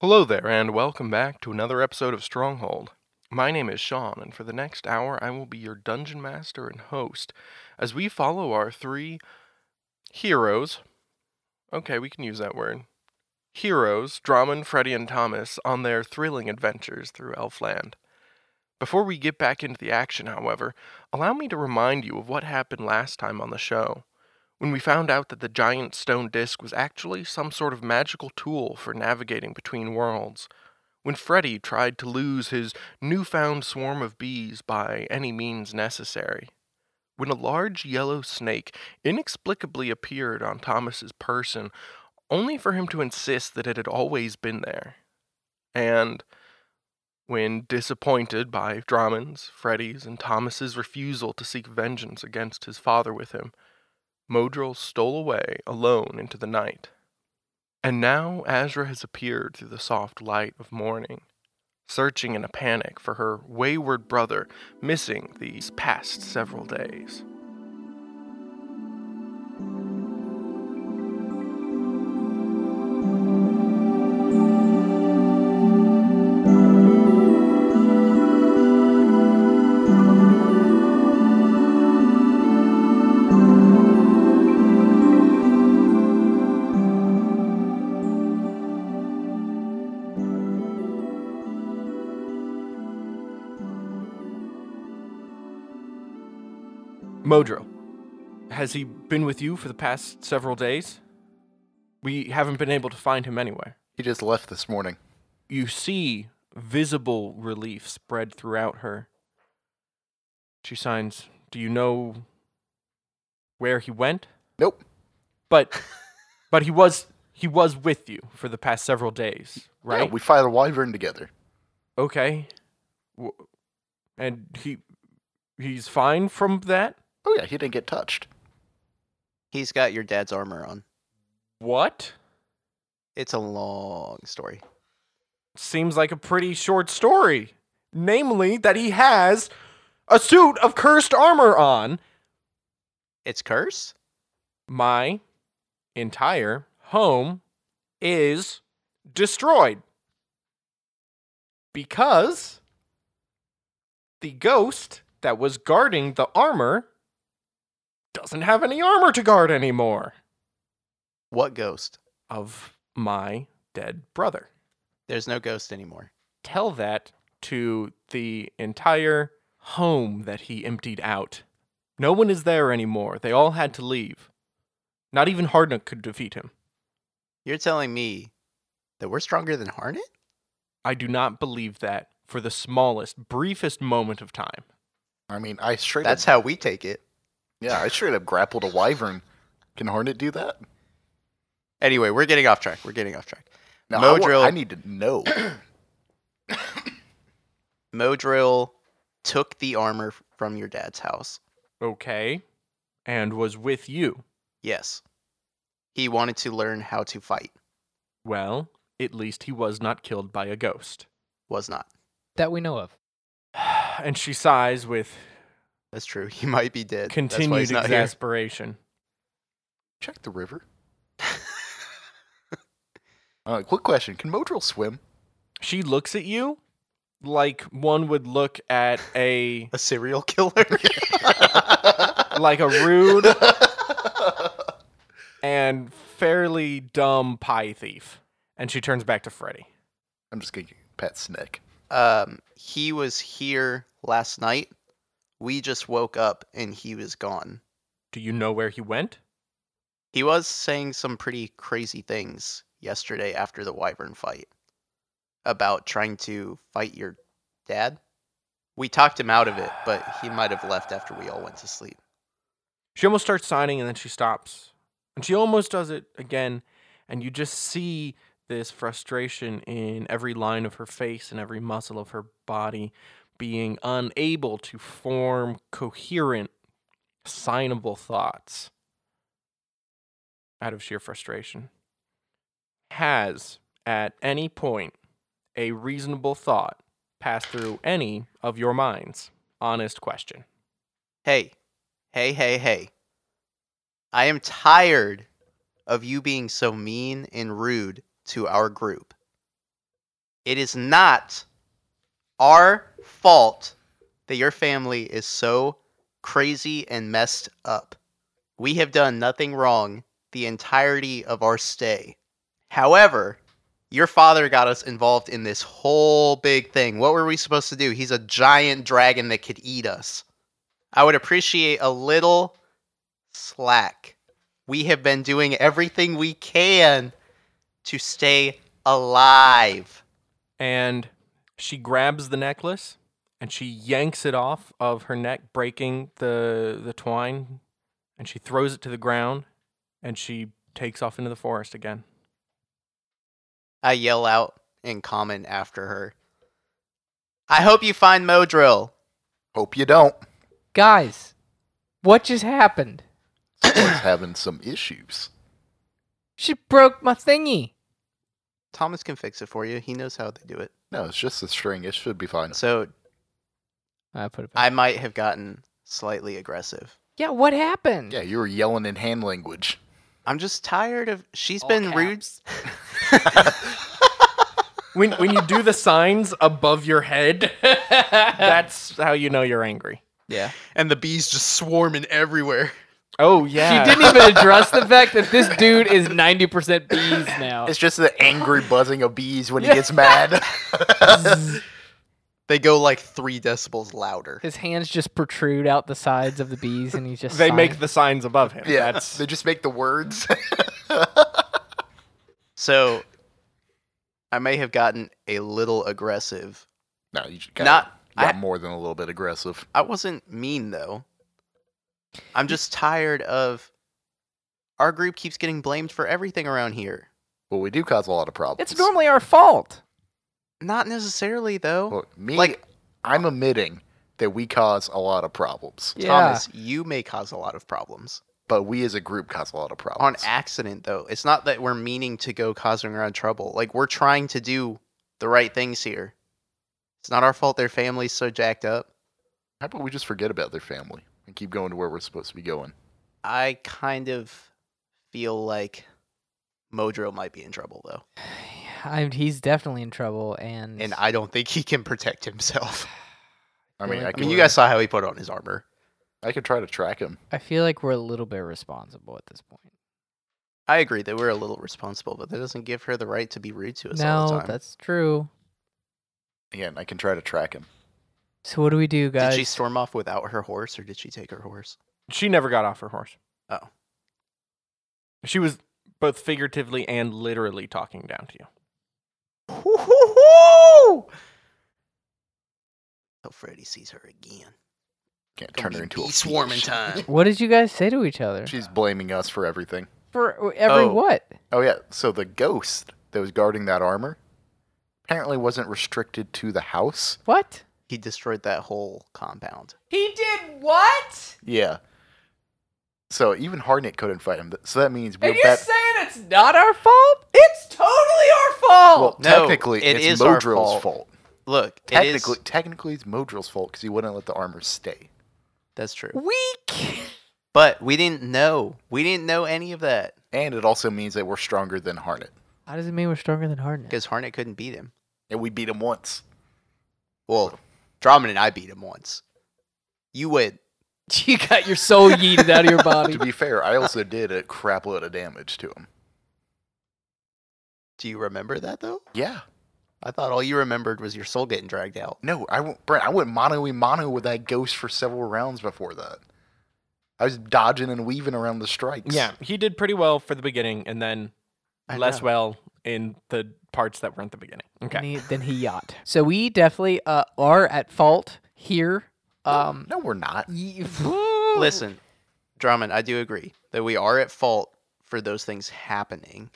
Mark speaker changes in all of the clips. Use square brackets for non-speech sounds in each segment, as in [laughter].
Speaker 1: Hello there, and welcome back to another episode of Stronghold. My name is Sean, and for the next hour, I will be your dungeon master and host as we follow our three heroes. Okay, we can use that word. Heroes, Drummond, Freddy, and Thomas, on their thrilling adventures through Elfland. Before we get back into the action, however, allow me to remind you of what happened last time on the show when we found out that the giant stone disk was actually some sort of magical tool for navigating between worlds. When Freddy tried to lose his newfound swarm of bees by any means necessary. When a large yellow snake inexplicably appeared on Thomas's person, only for him to insist that it had always been there. And when disappointed by Drummond's, Freddy's, and Thomas's refusal to seek vengeance against his father with him, Modril stole away alone into the night. And now Azra has appeared through the soft light of morning, searching in a panic for her wayward brother missing these past several days. Modril, has he been with you for the past several days? We haven't been able to find him anywhere.
Speaker 2: He just left this morning.
Speaker 1: You see visible relief spread throughout her. She signs, Do you know where he went?
Speaker 2: Nope.
Speaker 1: But but he was he was with you for the past several days, right?
Speaker 2: Yeah, we fight a wyvern together.
Speaker 1: okay. W- And he he's fine from that?
Speaker 2: Oh yeah, he didn't get touched.
Speaker 3: He's got your dad's armor on.
Speaker 1: What?
Speaker 3: It's a long story.
Speaker 1: Seems like a pretty short story. Namely that he has a suit of cursed armor on
Speaker 3: It's curse?
Speaker 1: my entire home is destroyed because the ghost that was guarding the armor doesn't have any armor to guard anymore
Speaker 3: What ghost?
Speaker 1: of my dead brother.
Speaker 3: There's no ghost anymore.
Speaker 1: Tell that to the entire home that he emptied out. No one is there anymore. They all had to leave. Not even Hardnock could defeat him.
Speaker 3: You're telling me that we're stronger than Harnett?
Speaker 1: I do not believe that for the smallest, briefest moment of time.
Speaker 2: I mean, I straight
Speaker 3: That's
Speaker 2: up,
Speaker 3: how we take it.
Speaker 2: yeah, I straight up grappled a wyvern. Can Hornet do that?
Speaker 3: Anyway, we're getting off track. We're getting off track.
Speaker 2: No, I, want-
Speaker 3: Modril-
Speaker 2: I need to know.
Speaker 3: Modril took the armor f- from your dad's house.
Speaker 1: Okay. And was with you.
Speaker 3: Yes. He wanted to learn how to fight.
Speaker 1: Well, at least he was not killed by a ghost. [sighs]
Speaker 3: Was not.
Speaker 4: that we know of.
Speaker 1: And she sighs with
Speaker 3: That's true. [laughs] He might be dead. That's why
Speaker 1: continued
Speaker 3: he's not
Speaker 1: exasperation.
Speaker 2: Check the river. [laughs] Uh, quick question: Can Modril swim? [laughs]
Speaker 1: She looks at you like one would look at a
Speaker 3: here. A serial [laughs] killer?
Speaker 1: like a rude
Speaker 3: [laughs]
Speaker 1: and fairly dumb pie thief. And she turns back to Freddy.
Speaker 2: I'm just gonna pat his neck.
Speaker 3: um, he was here last night. We just woke up and he was gone.
Speaker 1: Do you know where he went?
Speaker 3: He was saying some pretty crazy things yesterday after the Wyvern fight about trying to fight your dad. We talked him out of it, but he might have left after we all went to sleep.
Speaker 1: She almost starts signing and then she stops. And she almost does it again. And you just see this frustration in every line of her face and every muscle of her body being unable to form coherent, signable thoughts out of sheer frustration. Has at any point a reasonable thought passed through any of your minds? Honest question.
Speaker 3: Hey, hey, hey, hey. I am tired of you being so mean and rude to our group. It is not our fault that your family is so crazy and messed up. We have done nothing wrong the entirety of our stay. However, your father got us involved in this whole big thing. What were we supposed to do? He's a giant dragon that could eat us. I would appreciate a little slack. We have been doing everything we can to stay alive.
Speaker 1: and she grabs the necklace and she yanks it off of her neck breaking the the twine and she throws it to the ground and she takes off into the forest again
Speaker 3: I yell out in common after her. I hope you find Modril.
Speaker 2: Hope you don't.
Speaker 4: Guys, what just happened?
Speaker 2: Someone's having some issues.
Speaker 4: She broke my thingy.
Speaker 3: Thomas can fix it for you. He knows how to do it.
Speaker 2: No, it's just a string. It should be fine.
Speaker 3: So
Speaker 4: I put it back.
Speaker 3: I might have gotten slightly aggressive.
Speaker 4: yeah, what happened?
Speaker 2: Yeah, you were yelling in hand language.
Speaker 3: I'm just tired of. She's
Speaker 4: All
Speaker 3: been
Speaker 4: caps.
Speaker 3: rude.
Speaker 1: when when you do [laughs] the signs above your [laughs] head that's how you know you're angry
Speaker 4: yeah.
Speaker 3: and the bees just swarming everywhere.
Speaker 1: oh
Speaker 4: She didn't even address the fact that this dude is 90% bees now.
Speaker 2: It's just the angry
Speaker 4: [laughs]
Speaker 2: buzzing of bees when
Speaker 4: Yeah.
Speaker 2: he gets
Speaker 4: [laughs]
Speaker 2: mad. [laughs]
Speaker 3: They go like three decibels louder.
Speaker 4: His hands just protrude out the sides of the bees and he's
Speaker 1: [laughs]
Speaker 4: just
Speaker 1: they
Speaker 4: sighing.
Speaker 1: make the signs above him
Speaker 2: yeah,
Speaker 1: that's
Speaker 2: they just make the words. [laughs]
Speaker 3: So I may have gotten a little aggressive.
Speaker 2: no, you got
Speaker 3: Not- I-
Speaker 2: more than a little bit aggressive.
Speaker 3: I wasn't mean though. I'm just tired of our group keeps getting blamed for everything around here.
Speaker 2: Well, we do cause a lot of problems.
Speaker 4: It's normally our fault. [sighs]
Speaker 3: Not necessarily
Speaker 2: Well,
Speaker 3: though.
Speaker 2: me,
Speaker 3: Like-
Speaker 2: I'm admitting that we cause a lot of problems,
Speaker 4: Yeah.
Speaker 3: Thomas, you may cause a lot of problems.
Speaker 2: but we as a group cause a lot of
Speaker 3: On
Speaker 2: problems.
Speaker 3: accident though. It's not that we're meaning to go causing around trouble. Like we're trying to do the right things here. It's not our fault their family's so jacked up.
Speaker 2: How about we just forget about their family and keep going to where we're supposed to be going?
Speaker 3: I kind of feel like Modro might be in trouble though,
Speaker 4: I, he's definitely in trouble and,
Speaker 3: and I don't think he can protect [laughs] himself.
Speaker 2: I mean,
Speaker 4: Really?
Speaker 2: I,
Speaker 3: I
Speaker 2: can,
Speaker 3: mean, you guys saw how he put on his armor.
Speaker 2: I could try to track him.
Speaker 4: I feel like we're a little bit responsible at this point.
Speaker 3: I agree that we're a little responsible, but that doesn't give her the right to be rude to us all the
Speaker 4: No,
Speaker 3: time.
Speaker 4: that's true.
Speaker 2: Again, I can try to track him.
Speaker 4: So what do we do, guys?
Speaker 3: Did she storm off without her horse, or did she take her horse?
Speaker 1: [laughs] she never got off her horse
Speaker 3: Oh.
Speaker 1: she was both figuratively and literally talking down to you
Speaker 3: Till Oh, Freddy sees her again.
Speaker 2: Can't
Speaker 3: Gonna
Speaker 2: turn her
Speaker 3: be
Speaker 2: into a
Speaker 3: bee swarming
Speaker 2: fish.
Speaker 3: time.
Speaker 4: what did you guys say to each
Speaker 2: [laughs]
Speaker 4: other?
Speaker 2: She's blaming us for everything.
Speaker 4: For every
Speaker 3: Oh.
Speaker 4: what?
Speaker 2: Oh yeah, so the ghost that was guarding that armor apparently wasn't restricted to the house.
Speaker 4: What?
Speaker 3: [laughs] He destroyed that whole compound.
Speaker 4: He did what?
Speaker 2: Yeah. So even Harnett couldn't fight him. So that means we're bet-
Speaker 4: saying it's not our fault? It's totally our fault.
Speaker 2: well,
Speaker 3: No,
Speaker 2: technically
Speaker 3: it
Speaker 2: it's
Speaker 3: is our
Speaker 2: Modril's
Speaker 3: fault. Look, it is-
Speaker 2: Technically, technically it's Modril's fault because he wouldn't let the armor stay.
Speaker 3: that's true.
Speaker 4: Weak.
Speaker 3: But we didn't know. We didn't know any of that
Speaker 2: And it also means that we're stronger than Harnett,
Speaker 4: How does it mean we're stronger than Harden?
Speaker 3: because Harnett couldn't beat him.
Speaker 2: and we beat him once.
Speaker 3: Well, Drummond and I beat him once. You [laughs] would.
Speaker 4: You got your soul yeeted out of your body.
Speaker 2: to be fair, I also did a crap load of damage to him.
Speaker 3: [laughs] Do you remember that though?
Speaker 2: Yeah.
Speaker 3: I thought all you remembered was your soul getting dragged out.
Speaker 2: No, I went, Brent, I went mono a mono with that ghost for several rounds before that. I was dodging and weaving around the strikes.
Speaker 1: Yeah, he did pretty well for the beginning, and then
Speaker 3: I
Speaker 1: less
Speaker 3: know.
Speaker 1: well in the parts that weren't the beginning.
Speaker 4: Then
Speaker 1: Okay,
Speaker 4: he, then he yacht. So we definitely uh, are at fault here. Um,
Speaker 2: No, we're not.
Speaker 4: ye-
Speaker 3: Listen, Drummond, I do agree that we are at fault for those things happening,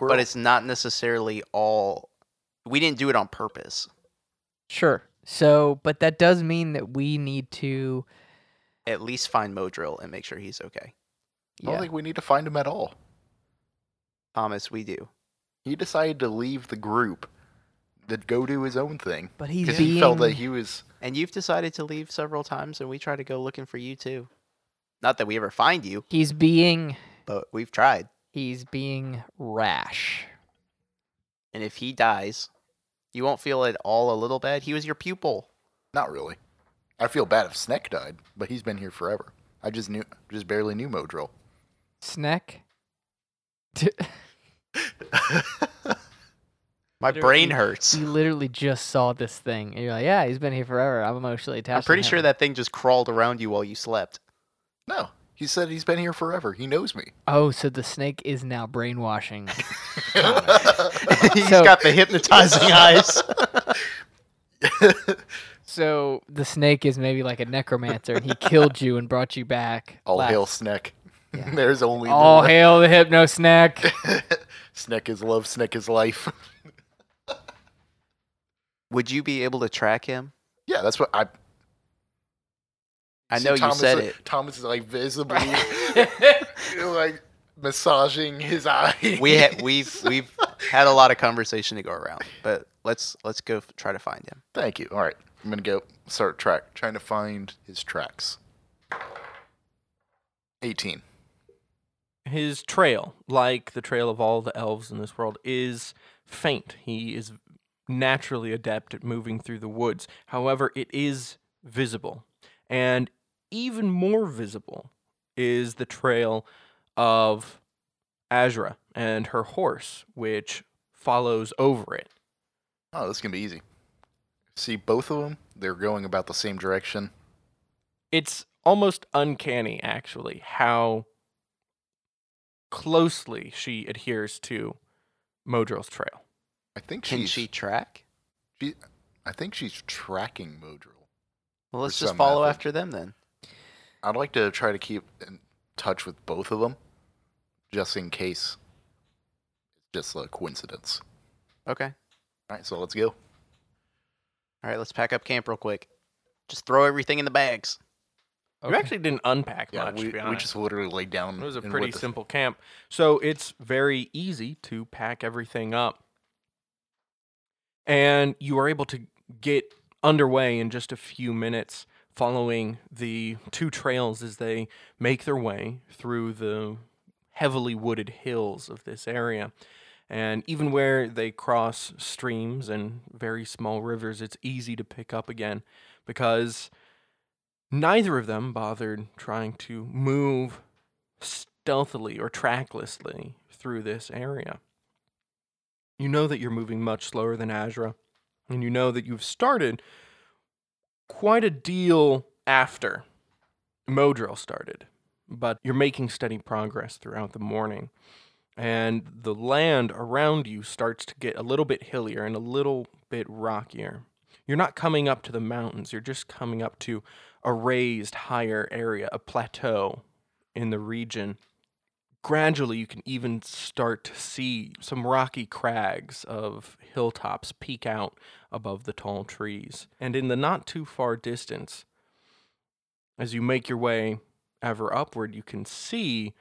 Speaker 2: We're-
Speaker 3: but it's not necessarily all. We didn't do it on purpose.
Speaker 4: Sure. So, but that does mean that we need to.
Speaker 3: At least find Modril and make sure he's okay.
Speaker 2: I don't
Speaker 4: Yeah.
Speaker 2: think we need to find him at all.
Speaker 3: Thomas, we do.
Speaker 2: He decided to leave the group to go do his own thing
Speaker 4: But he's
Speaker 2: because
Speaker 4: being.
Speaker 2: he felt that he was.
Speaker 3: And you've decided to leave several times, and we try to go looking for you too. Not that we ever find you,
Speaker 4: He's being.
Speaker 3: but we've tried.
Speaker 4: He's being rash.
Speaker 3: And if he dies, You won't feel at all a little bad. He was your pupil.
Speaker 2: Not really. I feel bad if Sneck died, but he's been here forever. I just knew, just barely knew Modril.
Speaker 4: Snack.
Speaker 3: My
Speaker 4: Literally.
Speaker 3: brain hurts.
Speaker 4: You literally just saw this thing, and you're like, "Yeah, he's been here forever. I'm emotionally attached."
Speaker 3: I'm
Speaker 4: to
Speaker 3: pretty
Speaker 4: him."
Speaker 3: sure that thing just crawled around you while
Speaker 2: [laughs]
Speaker 3: you slept. [laughs]
Speaker 2: No, he said he's been here forever. He knows
Speaker 4: [laughs]
Speaker 2: me.
Speaker 4: Oh, so the snake is now brainwashing.
Speaker 3: He's
Speaker 4: So-
Speaker 3: got the
Speaker 2: [laughs]
Speaker 3: hypnotizing eyes. [laughs]
Speaker 4: so the snake is maybe like a necromancer, and he killed you and brought you back.
Speaker 2: All
Speaker 4: last-
Speaker 2: hail Sneck. [laughs]
Speaker 4: Yeah.
Speaker 2: There's only
Speaker 4: All
Speaker 2: the
Speaker 4: hail the hypno snack.
Speaker 2: [laughs] Sneck is love. Sneck is life.
Speaker 3: Would you be able to track him?
Speaker 2: yeah, that's what I.
Speaker 3: I
Speaker 2: see
Speaker 3: know you
Speaker 2: Thomas
Speaker 3: said
Speaker 2: is-
Speaker 3: it.
Speaker 2: Thomas is like visibly [laughs] like massaging his eye.
Speaker 3: We ha- we've we've had a lot of conversation to go around, but let's let's go f- try to find him.
Speaker 2: [laughs] Thank you. All right, I'm gonna go start track, trying to find his tracks. Eighteen.
Speaker 1: His trail, like the trail of all the elves in this world, is faint. He is naturally adept at moving through the woods. However, it is visible. And even more visible is the trail of Azra and her horse, which follows over it.
Speaker 2: Oh, this is gonna be easy. See both of them. They're going about the same direction.
Speaker 1: it's almost uncanny actually how closely she adheres to Modril's trail.
Speaker 2: I think
Speaker 3: Can
Speaker 2: she's.
Speaker 3: she track?
Speaker 2: she- I think she's tracking Modril.
Speaker 3: Well, let's
Speaker 2: There's
Speaker 3: just
Speaker 2: some
Speaker 3: follow
Speaker 2: method.
Speaker 3: after them then.
Speaker 2: I'd like to try to keep in touch with both of them, just in case. Just a coincidence.
Speaker 3: Okay.
Speaker 2: All right, so let's go.
Speaker 3: All right, let's pack up camp real quick. Just throw everything in the bags.
Speaker 1: You actually didn't unpack
Speaker 2: Yeah,
Speaker 1: much.
Speaker 2: we,
Speaker 1: to be
Speaker 2: we
Speaker 1: honest.
Speaker 2: just literally laid down.
Speaker 1: It was a
Speaker 2: and
Speaker 1: pretty
Speaker 2: let the-
Speaker 1: simple camp. So it's very easy to pack everything up. And you are able to get underway in just a few minutes following the two trails as they make their way through the heavily wooded hills of this area. And even where they cross streams and very small rivers, it's easy to pick up again because neither of them bothered trying to move stealthily or tracklessly through this area. You know that you're moving much slower than Azra, and you know that you've started quite a deal after Modril started, but you're making steady progress throughout the morning. And the land around you starts to get a little bit hillier and a little bit rockier. You're not coming up to the mountains, you're just coming up to a raised higher area, a plateau in the region. Gradually, you can even start to see some rocky crags of hilltops peek out above the tall trees. And in the not too far distance, as you make your way ever upward, you can see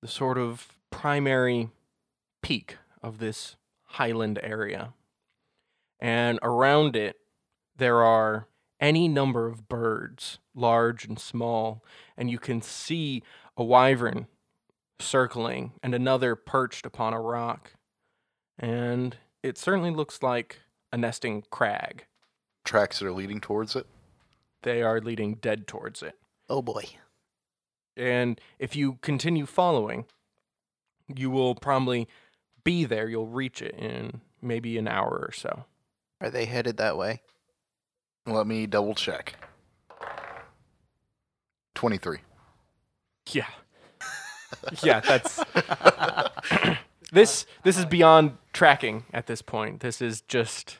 Speaker 1: the sort of primary peak of this highland area. And around it, there are any number of birds, large and small, and you can see a wyvern circling and another perched upon a rock. And it certainly looks like a nesting crag.
Speaker 2: tracks that are leading towards it.
Speaker 1: They are leading dead towards it.
Speaker 3: Oh boy.
Speaker 1: And if you continue following, you will probably be there. You'll reach it in maybe an hour or so.
Speaker 3: Are they headed that way?
Speaker 2: Let me double check. 23.
Speaker 1: Yeah. yeah, that's this this is beyond tracking at this point. This is just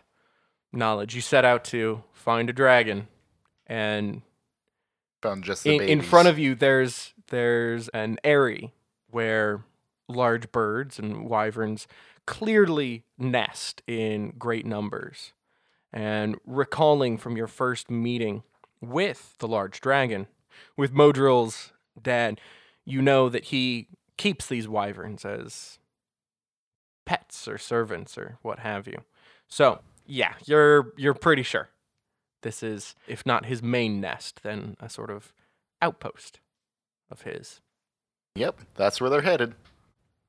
Speaker 1: knowledge. You set out to find a dragon and
Speaker 2: Found just the
Speaker 1: in,
Speaker 2: babies.
Speaker 1: in front of you there's there's an eyrie where large birds and wyverns clearly nest in great numbers and recalling from your first meeting with the large dragon with modril's dad you know that he keeps these wyverns as pets or servants or what have you so yeah you're you're pretty sure this is if not his main nest then a sort of outpost of his.
Speaker 2: Yep, that's where they're headed.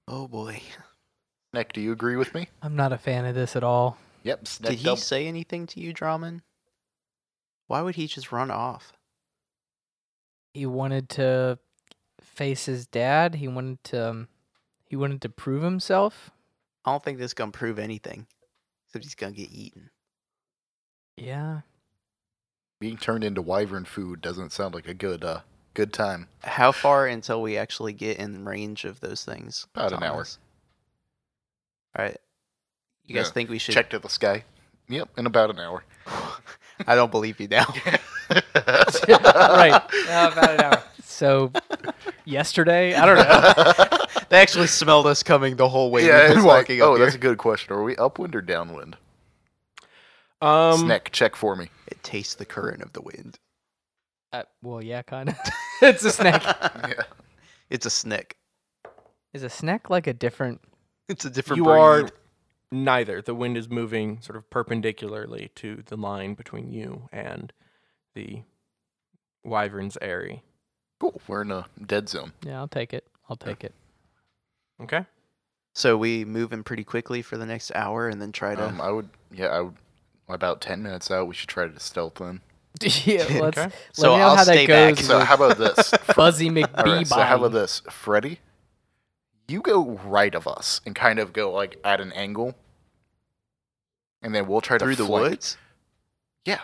Speaker 3: Oh boy.
Speaker 2: Nick, do you agree with me?
Speaker 4: I'm not a fan of this at all.
Speaker 2: Yep.
Speaker 3: Did
Speaker 2: Sneaked
Speaker 3: he
Speaker 2: up.
Speaker 3: say anything to you, Drummond? Why would he just run off?
Speaker 4: He wanted to face his dad. He wanted to. um, He wanted to prove himself.
Speaker 3: I don't think this gonna prove anything. Except he's gonna get eaten.
Speaker 4: Yeah.
Speaker 2: Being turned into wyvern food doesn't sound like a good uh good time.
Speaker 3: How far until we actually get in range of those things?
Speaker 2: About an hour.
Speaker 3: All right. You guys
Speaker 2: Yeah.
Speaker 3: think we should?
Speaker 2: Check to the sky. Yep, in about an
Speaker 1: [laughs]
Speaker 2: hour.
Speaker 3: [laughs] I don't believe
Speaker 2: [laughs]
Speaker 3: you now.
Speaker 4: right. Yeah, about an hour. [laughs] So, yesterday, I don't know.
Speaker 3: [laughs] they actually smelled us coming the whole way. we've
Speaker 2: yeah,
Speaker 3: been
Speaker 2: it's like,
Speaker 3: walking up
Speaker 2: oh,
Speaker 3: here.
Speaker 2: that's a good question. Are we upwind or downwind?
Speaker 1: Um,
Speaker 2: Snack check for me.
Speaker 3: It tastes the current of the wind.
Speaker 4: [laughs] Uh, well, yeah, kind of. [laughs] it's a
Speaker 2: [laughs]
Speaker 4: snack.
Speaker 2: Yeah.
Speaker 3: It's a snick.
Speaker 4: [laughs] Is a snack like a different?
Speaker 3: It's a different.
Speaker 1: you
Speaker 3: breed.
Speaker 1: are neither. The wind is moving sort of perpendicularly to the line between you and the wyvern's airy.
Speaker 2: Cool. We're in a dead zone.
Speaker 4: Yeah, I'll take it. I'll take it.
Speaker 1: Okay.
Speaker 3: So we move in pretty quickly for the next hour, and then try to.
Speaker 2: Um, I would. Yeah, I would. About ten minutes out, we should try to stealth in.
Speaker 4: [laughs] yeah, let's.
Speaker 1: Okay.
Speaker 4: Let
Speaker 3: So
Speaker 4: me know
Speaker 3: I'll
Speaker 4: how
Speaker 3: stay
Speaker 4: that
Speaker 3: back.
Speaker 4: goes.
Speaker 2: So
Speaker 4: with
Speaker 2: how about this? [laughs]
Speaker 4: Fuzzy
Speaker 2: All
Speaker 4: McBee.
Speaker 2: right, so how about this, Freddy? You go right of us and kind of go like at an angle, and then we'll try to
Speaker 3: through the
Speaker 2: flank.
Speaker 3: woods.
Speaker 2: Yeah,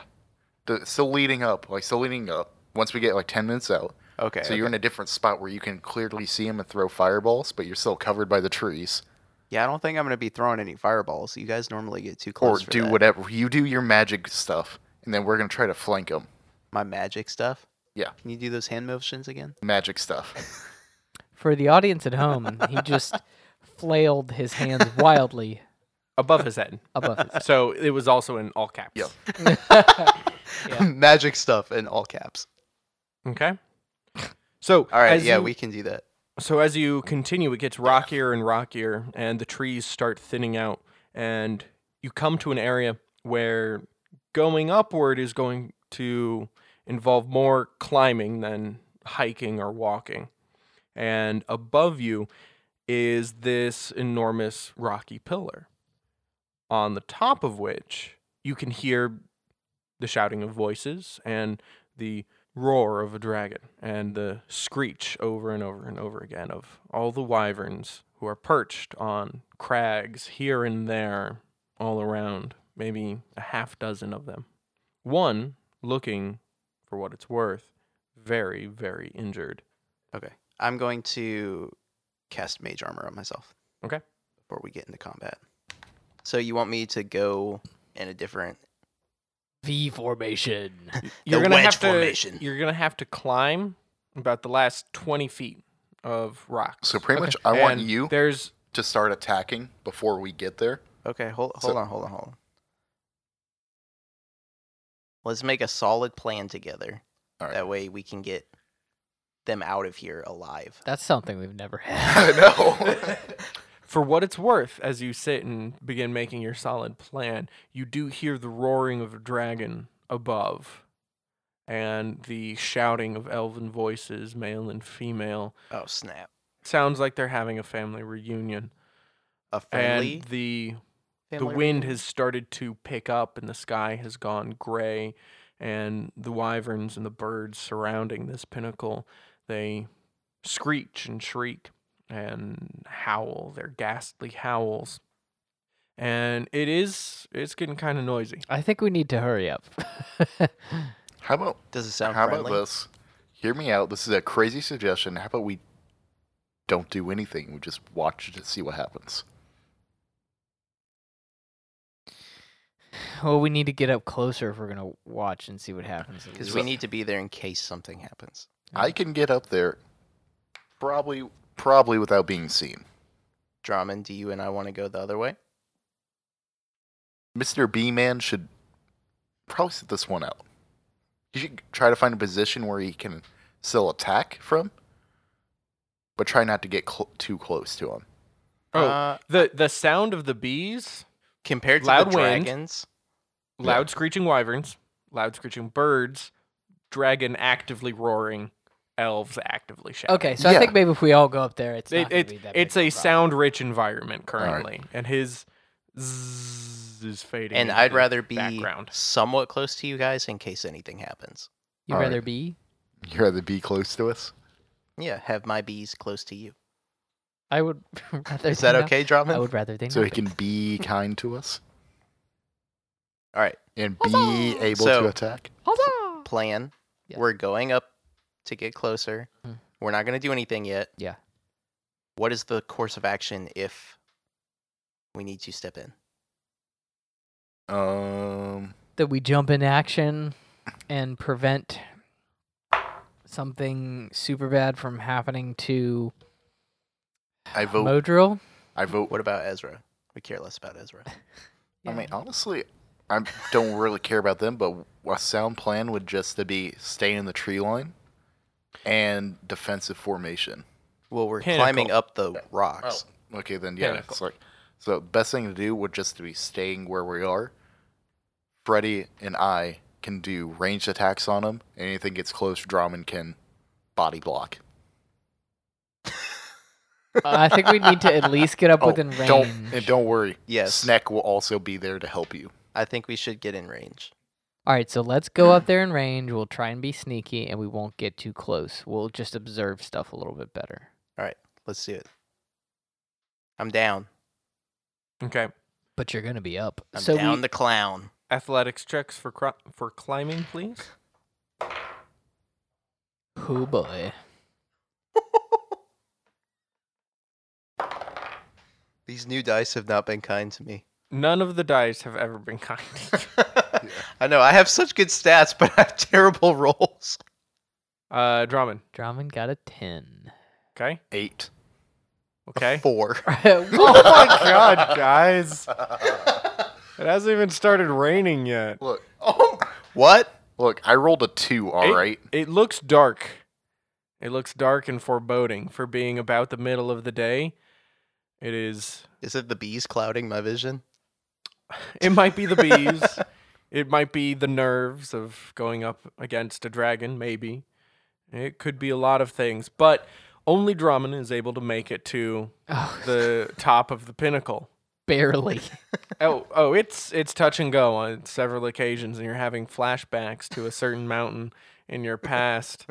Speaker 2: the, still leading up, like still leading up. Once we get like ten minutes out,
Speaker 3: Okay.
Speaker 2: so you're in a different spot where you can clearly see him and throw fireballs, but you're still covered by the trees.
Speaker 3: Yeah, I don't think I'm gonna be throwing any fireballs. You guys normally get too
Speaker 2: Or
Speaker 3: close. for
Speaker 2: do
Speaker 3: that.
Speaker 2: whatever you do your magic stuff, and then we're gonna try to flank him.
Speaker 3: my magic stuff.
Speaker 2: Yeah.
Speaker 3: Can you do those hand motions again?
Speaker 2: Magic stuff.
Speaker 4: For the audience at home, he just flailed his hands wildly
Speaker 1: Above his
Speaker 3: [laughs]
Speaker 1: head.
Speaker 4: above his.
Speaker 1: So it was also in all caps.
Speaker 2: Yep.
Speaker 4: Yeah.
Speaker 3: [laughs] magic stuff in all caps.
Speaker 1: Okay. So
Speaker 3: All right.
Speaker 1: as
Speaker 3: yeah,
Speaker 1: you-
Speaker 3: we can do that.
Speaker 1: So as you continue, it gets rockier and rockier, and the trees start thinning out, and you come to an area where going upward is going to involve more climbing than hiking or walking. And above you is this enormous rocky pillar, on the top of which you can hear the shouting of voices and the roar of a dragon and the screech over and over and over again of all the wyverns who are perched on crags here and there all around, maybe a half dozen of them. One looking, for what it's worth, very, very
Speaker 2: [laughs]
Speaker 1: injured.
Speaker 3: Okay. I'm going to cast mage armor on myself.
Speaker 1: Okay.
Speaker 3: Before we get into combat. So you want me to go in a different
Speaker 4: V formation.
Speaker 1: You're gonna
Speaker 3: wedge
Speaker 1: have to,
Speaker 3: formation.
Speaker 1: You're gonna have to climb about the last twenty feet of rocks.
Speaker 2: So pretty much, I want
Speaker 1: And
Speaker 2: you
Speaker 1: There's
Speaker 2: to start attacking before we get there. [laughs]
Speaker 3: Okay, hold
Speaker 2: So-
Speaker 3: hold on, hold on, hold on. Let's make a solid plan together.
Speaker 2: All right.
Speaker 3: That way we can get them out of here alive.
Speaker 4: That's something we've never had.
Speaker 2: I
Speaker 3: [laughs]
Speaker 2: know.
Speaker 1: For what it's worth, as you sit and begin making your solid plan, you do hear the roaring of a dragon above and the shouting of elven voices, male and female.
Speaker 3: Oh snap.
Speaker 1: Sounds like they're having a family reunion.
Speaker 3: A friendly
Speaker 1: And the the
Speaker 3: family
Speaker 1: wind
Speaker 3: reunion?
Speaker 1: has started to pick up and the sky has gone gray and the wyverns and the birds surrounding this pinnacle they screech and shriek and howl their ghastly howls and it is it's getting kind of noisy
Speaker 4: I think we need to hurry up. [laughs]
Speaker 2: How about
Speaker 3: does it sound
Speaker 2: how
Speaker 3: friendly?
Speaker 2: about this? Hear me out. This is a crazy suggestion. How about we don't do anything? We just watch it to see what happens.
Speaker 4: well, we need to get up closer if we're gonna watch and see what happens. at
Speaker 3: Because
Speaker 4: least.
Speaker 3: we
Speaker 2: So-
Speaker 4: [laughs]
Speaker 3: need to be there in case something happens.
Speaker 2: I can get up there, probably probably without being seen.
Speaker 3: Drummond, do you and I want to go the other way?
Speaker 2: Mister B Man should probably sit this one out. He should try to find a position where he can still attack from, but try not to get cl- too close to him. [laughs]
Speaker 1: oh
Speaker 3: Uh,
Speaker 1: the the sound of the bees
Speaker 3: compared to
Speaker 1: Loud
Speaker 3: the
Speaker 1: wind.
Speaker 3: dragons,
Speaker 2: Yeah.
Speaker 1: loud screeching wyverns loud screeching birds dragon actively roaring elves actively shouting
Speaker 4: Okay, so I
Speaker 2: Yeah.
Speaker 4: think maybe if we all go up there, it's
Speaker 1: It,
Speaker 4: not gonna
Speaker 1: it-
Speaker 4: be that big
Speaker 1: it's
Speaker 4: of
Speaker 1: a
Speaker 4: problem.
Speaker 1: sound rich environment
Speaker 2: right.
Speaker 1: currently, and his zzz is fading.
Speaker 3: and
Speaker 1: into
Speaker 3: I'd
Speaker 1: the
Speaker 3: rather be
Speaker 1: background.
Speaker 3: somewhat close to you guys in case anything happens.
Speaker 4: You'd
Speaker 2: All right.
Speaker 4: rather be?
Speaker 2: You'd rather be close to us?
Speaker 3: Yeah, have my bees close to you.
Speaker 4: I would [laughs] rather.
Speaker 3: Is
Speaker 4: they
Speaker 3: that
Speaker 4: not-
Speaker 3: okay, Drummond?
Speaker 4: I would rather they
Speaker 2: So
Speaker 4: not
Speaker 2: he can
Speaker 4: [laughs]
Speaker 2: be kind to us
Speaker 3: All right,
Speaker 2: and be able
Speaker 3: So-
Speaker 2: to attack?
Speaker 4: Huzzah!
Speaker 3: plan.
Speaker 4: Yeah.
Speaker 3: We're going up to get closer.
Speaker 4: Mhm.
Speaker 3: We're not going to do anything yet.
Speaker 4: Yeah.
Speaker 3: What is the course of action if we need to step in?
Speaker 2: Um,
Speaker 4: that we jump in action and prevent something super bad from happening to
Speaker 2: I vote.
Speaker 4: Modril.
Speaker 2: I vote.
Speaker 3: What about Ezra? We care less about
Speaker 4: [laughs]
Speaker 3: Ezra.
Speaker 2: I mean, honestly, I don't really care about them, but a sound plan would just to be stay in the tree line and defensive formation.
Speaker 3: Well, we're
Speaker 1: Pinnacle.
Speaker 3: climbing up the rocks.
Speaker 2: Okay, then yeah,
Speaker 1: Pinnacle.
Speaker 2: it's like so. Best thing to do would just to be staying where we are. Freddy and I can do ranged attacks on him. Anything gets close, Drummond can body block.
Speaker 4: I think we need to
Speaker 2: [laughs]
Speaker 4: at least get up within range.
Speaker 2: Oh, don't and don't worry.
Speaker 3: Yes.
Speaker 2: Sneck will also be there to help you.
Speaker 3: I think we should get in range.
Speaker 4: All right, so let's go up there in range. We'll try and be sneaky, and we won't get too close. We'll just observe stuff a little bit better.
Speaker 3: Let's do it. I'm down.
Speaker 1: Okay.
Speaker 4: But you're gonna be up.
Speaker 3: I'm
Speaker 4: so
Speaker 3: down
Speaker 4: we,
Speaker 3: the clown. [laughs]
Speaker 1: Athletics checks for cro- for climbing, please.
Speaker 4: oh boy,
Speaker 3: These new dice have not been kind to me.
Speaker 1: None of the dice have ever been
Speaker 4: [laughs]
Speaker 1: kind.
Speaker 3: [laughs] I know I have such good stats, but I have terrible rolls.
Speaker 1: uh, Drummond.
Speaker 4: Drummond got a
Speaker 2: [laughs]
Speaker 4: ten.
Speaker 1: Okay.
Speaker 2: Eight.
Speaker 1: Okay.
Speaker 4: [laughs]
Speaker 3: Four.
Speaker 1: [laughs] oh my god, guys! It hasn't even started raining yet.
Speaker 2: Look,
Speaker 3: Oh, what?
Speaker 2: look. I rolled a two. All right.
Speaker 1: Eight? It looks dark. It looks dark and foreboding for being about the middle of the day. It is.
Speaker 3: Is it the bees clouding my vision?
Speaker 1: It might be the bees. it might be the nerves of going up against a dragon, maybe. It could be a lot of things, but only Drummond is able to make it to
Speaker 4: Oh,
Speaker 1: the top of the pinnacle.
Speaker 4: barely.
Speaker 1: Oh, oh, it's it's touch and go on several occasions, and you're having flashbacks to a certain mountain in your past.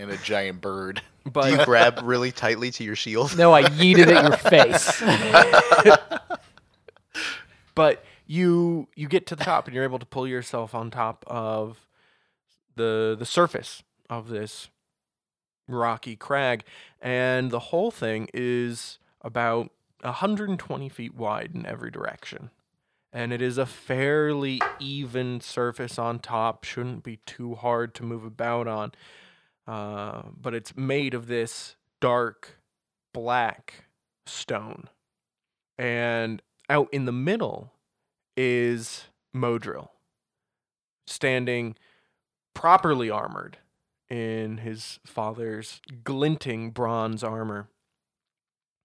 Speaker 2: And a giant bird.
Speaker 3: Do you
Speaker 1: But
Speaker 3: grab really tightly to your shield?
Speaker 4: No, I yeeted at your face.
Speaker 2: [laughs]
Speaker 1: but you you get to the top, and you're able to pull yourself on top of the the surface of this rocky crag, and the whole thing is about 120 feet wide in every direction. And it is a fairly even surface on top. Shouldn't be too hard to move about on. Uh, but it's made of this dark black stone. And out in the middle is Modril, standing properly armored in his father's glinting bronze armor.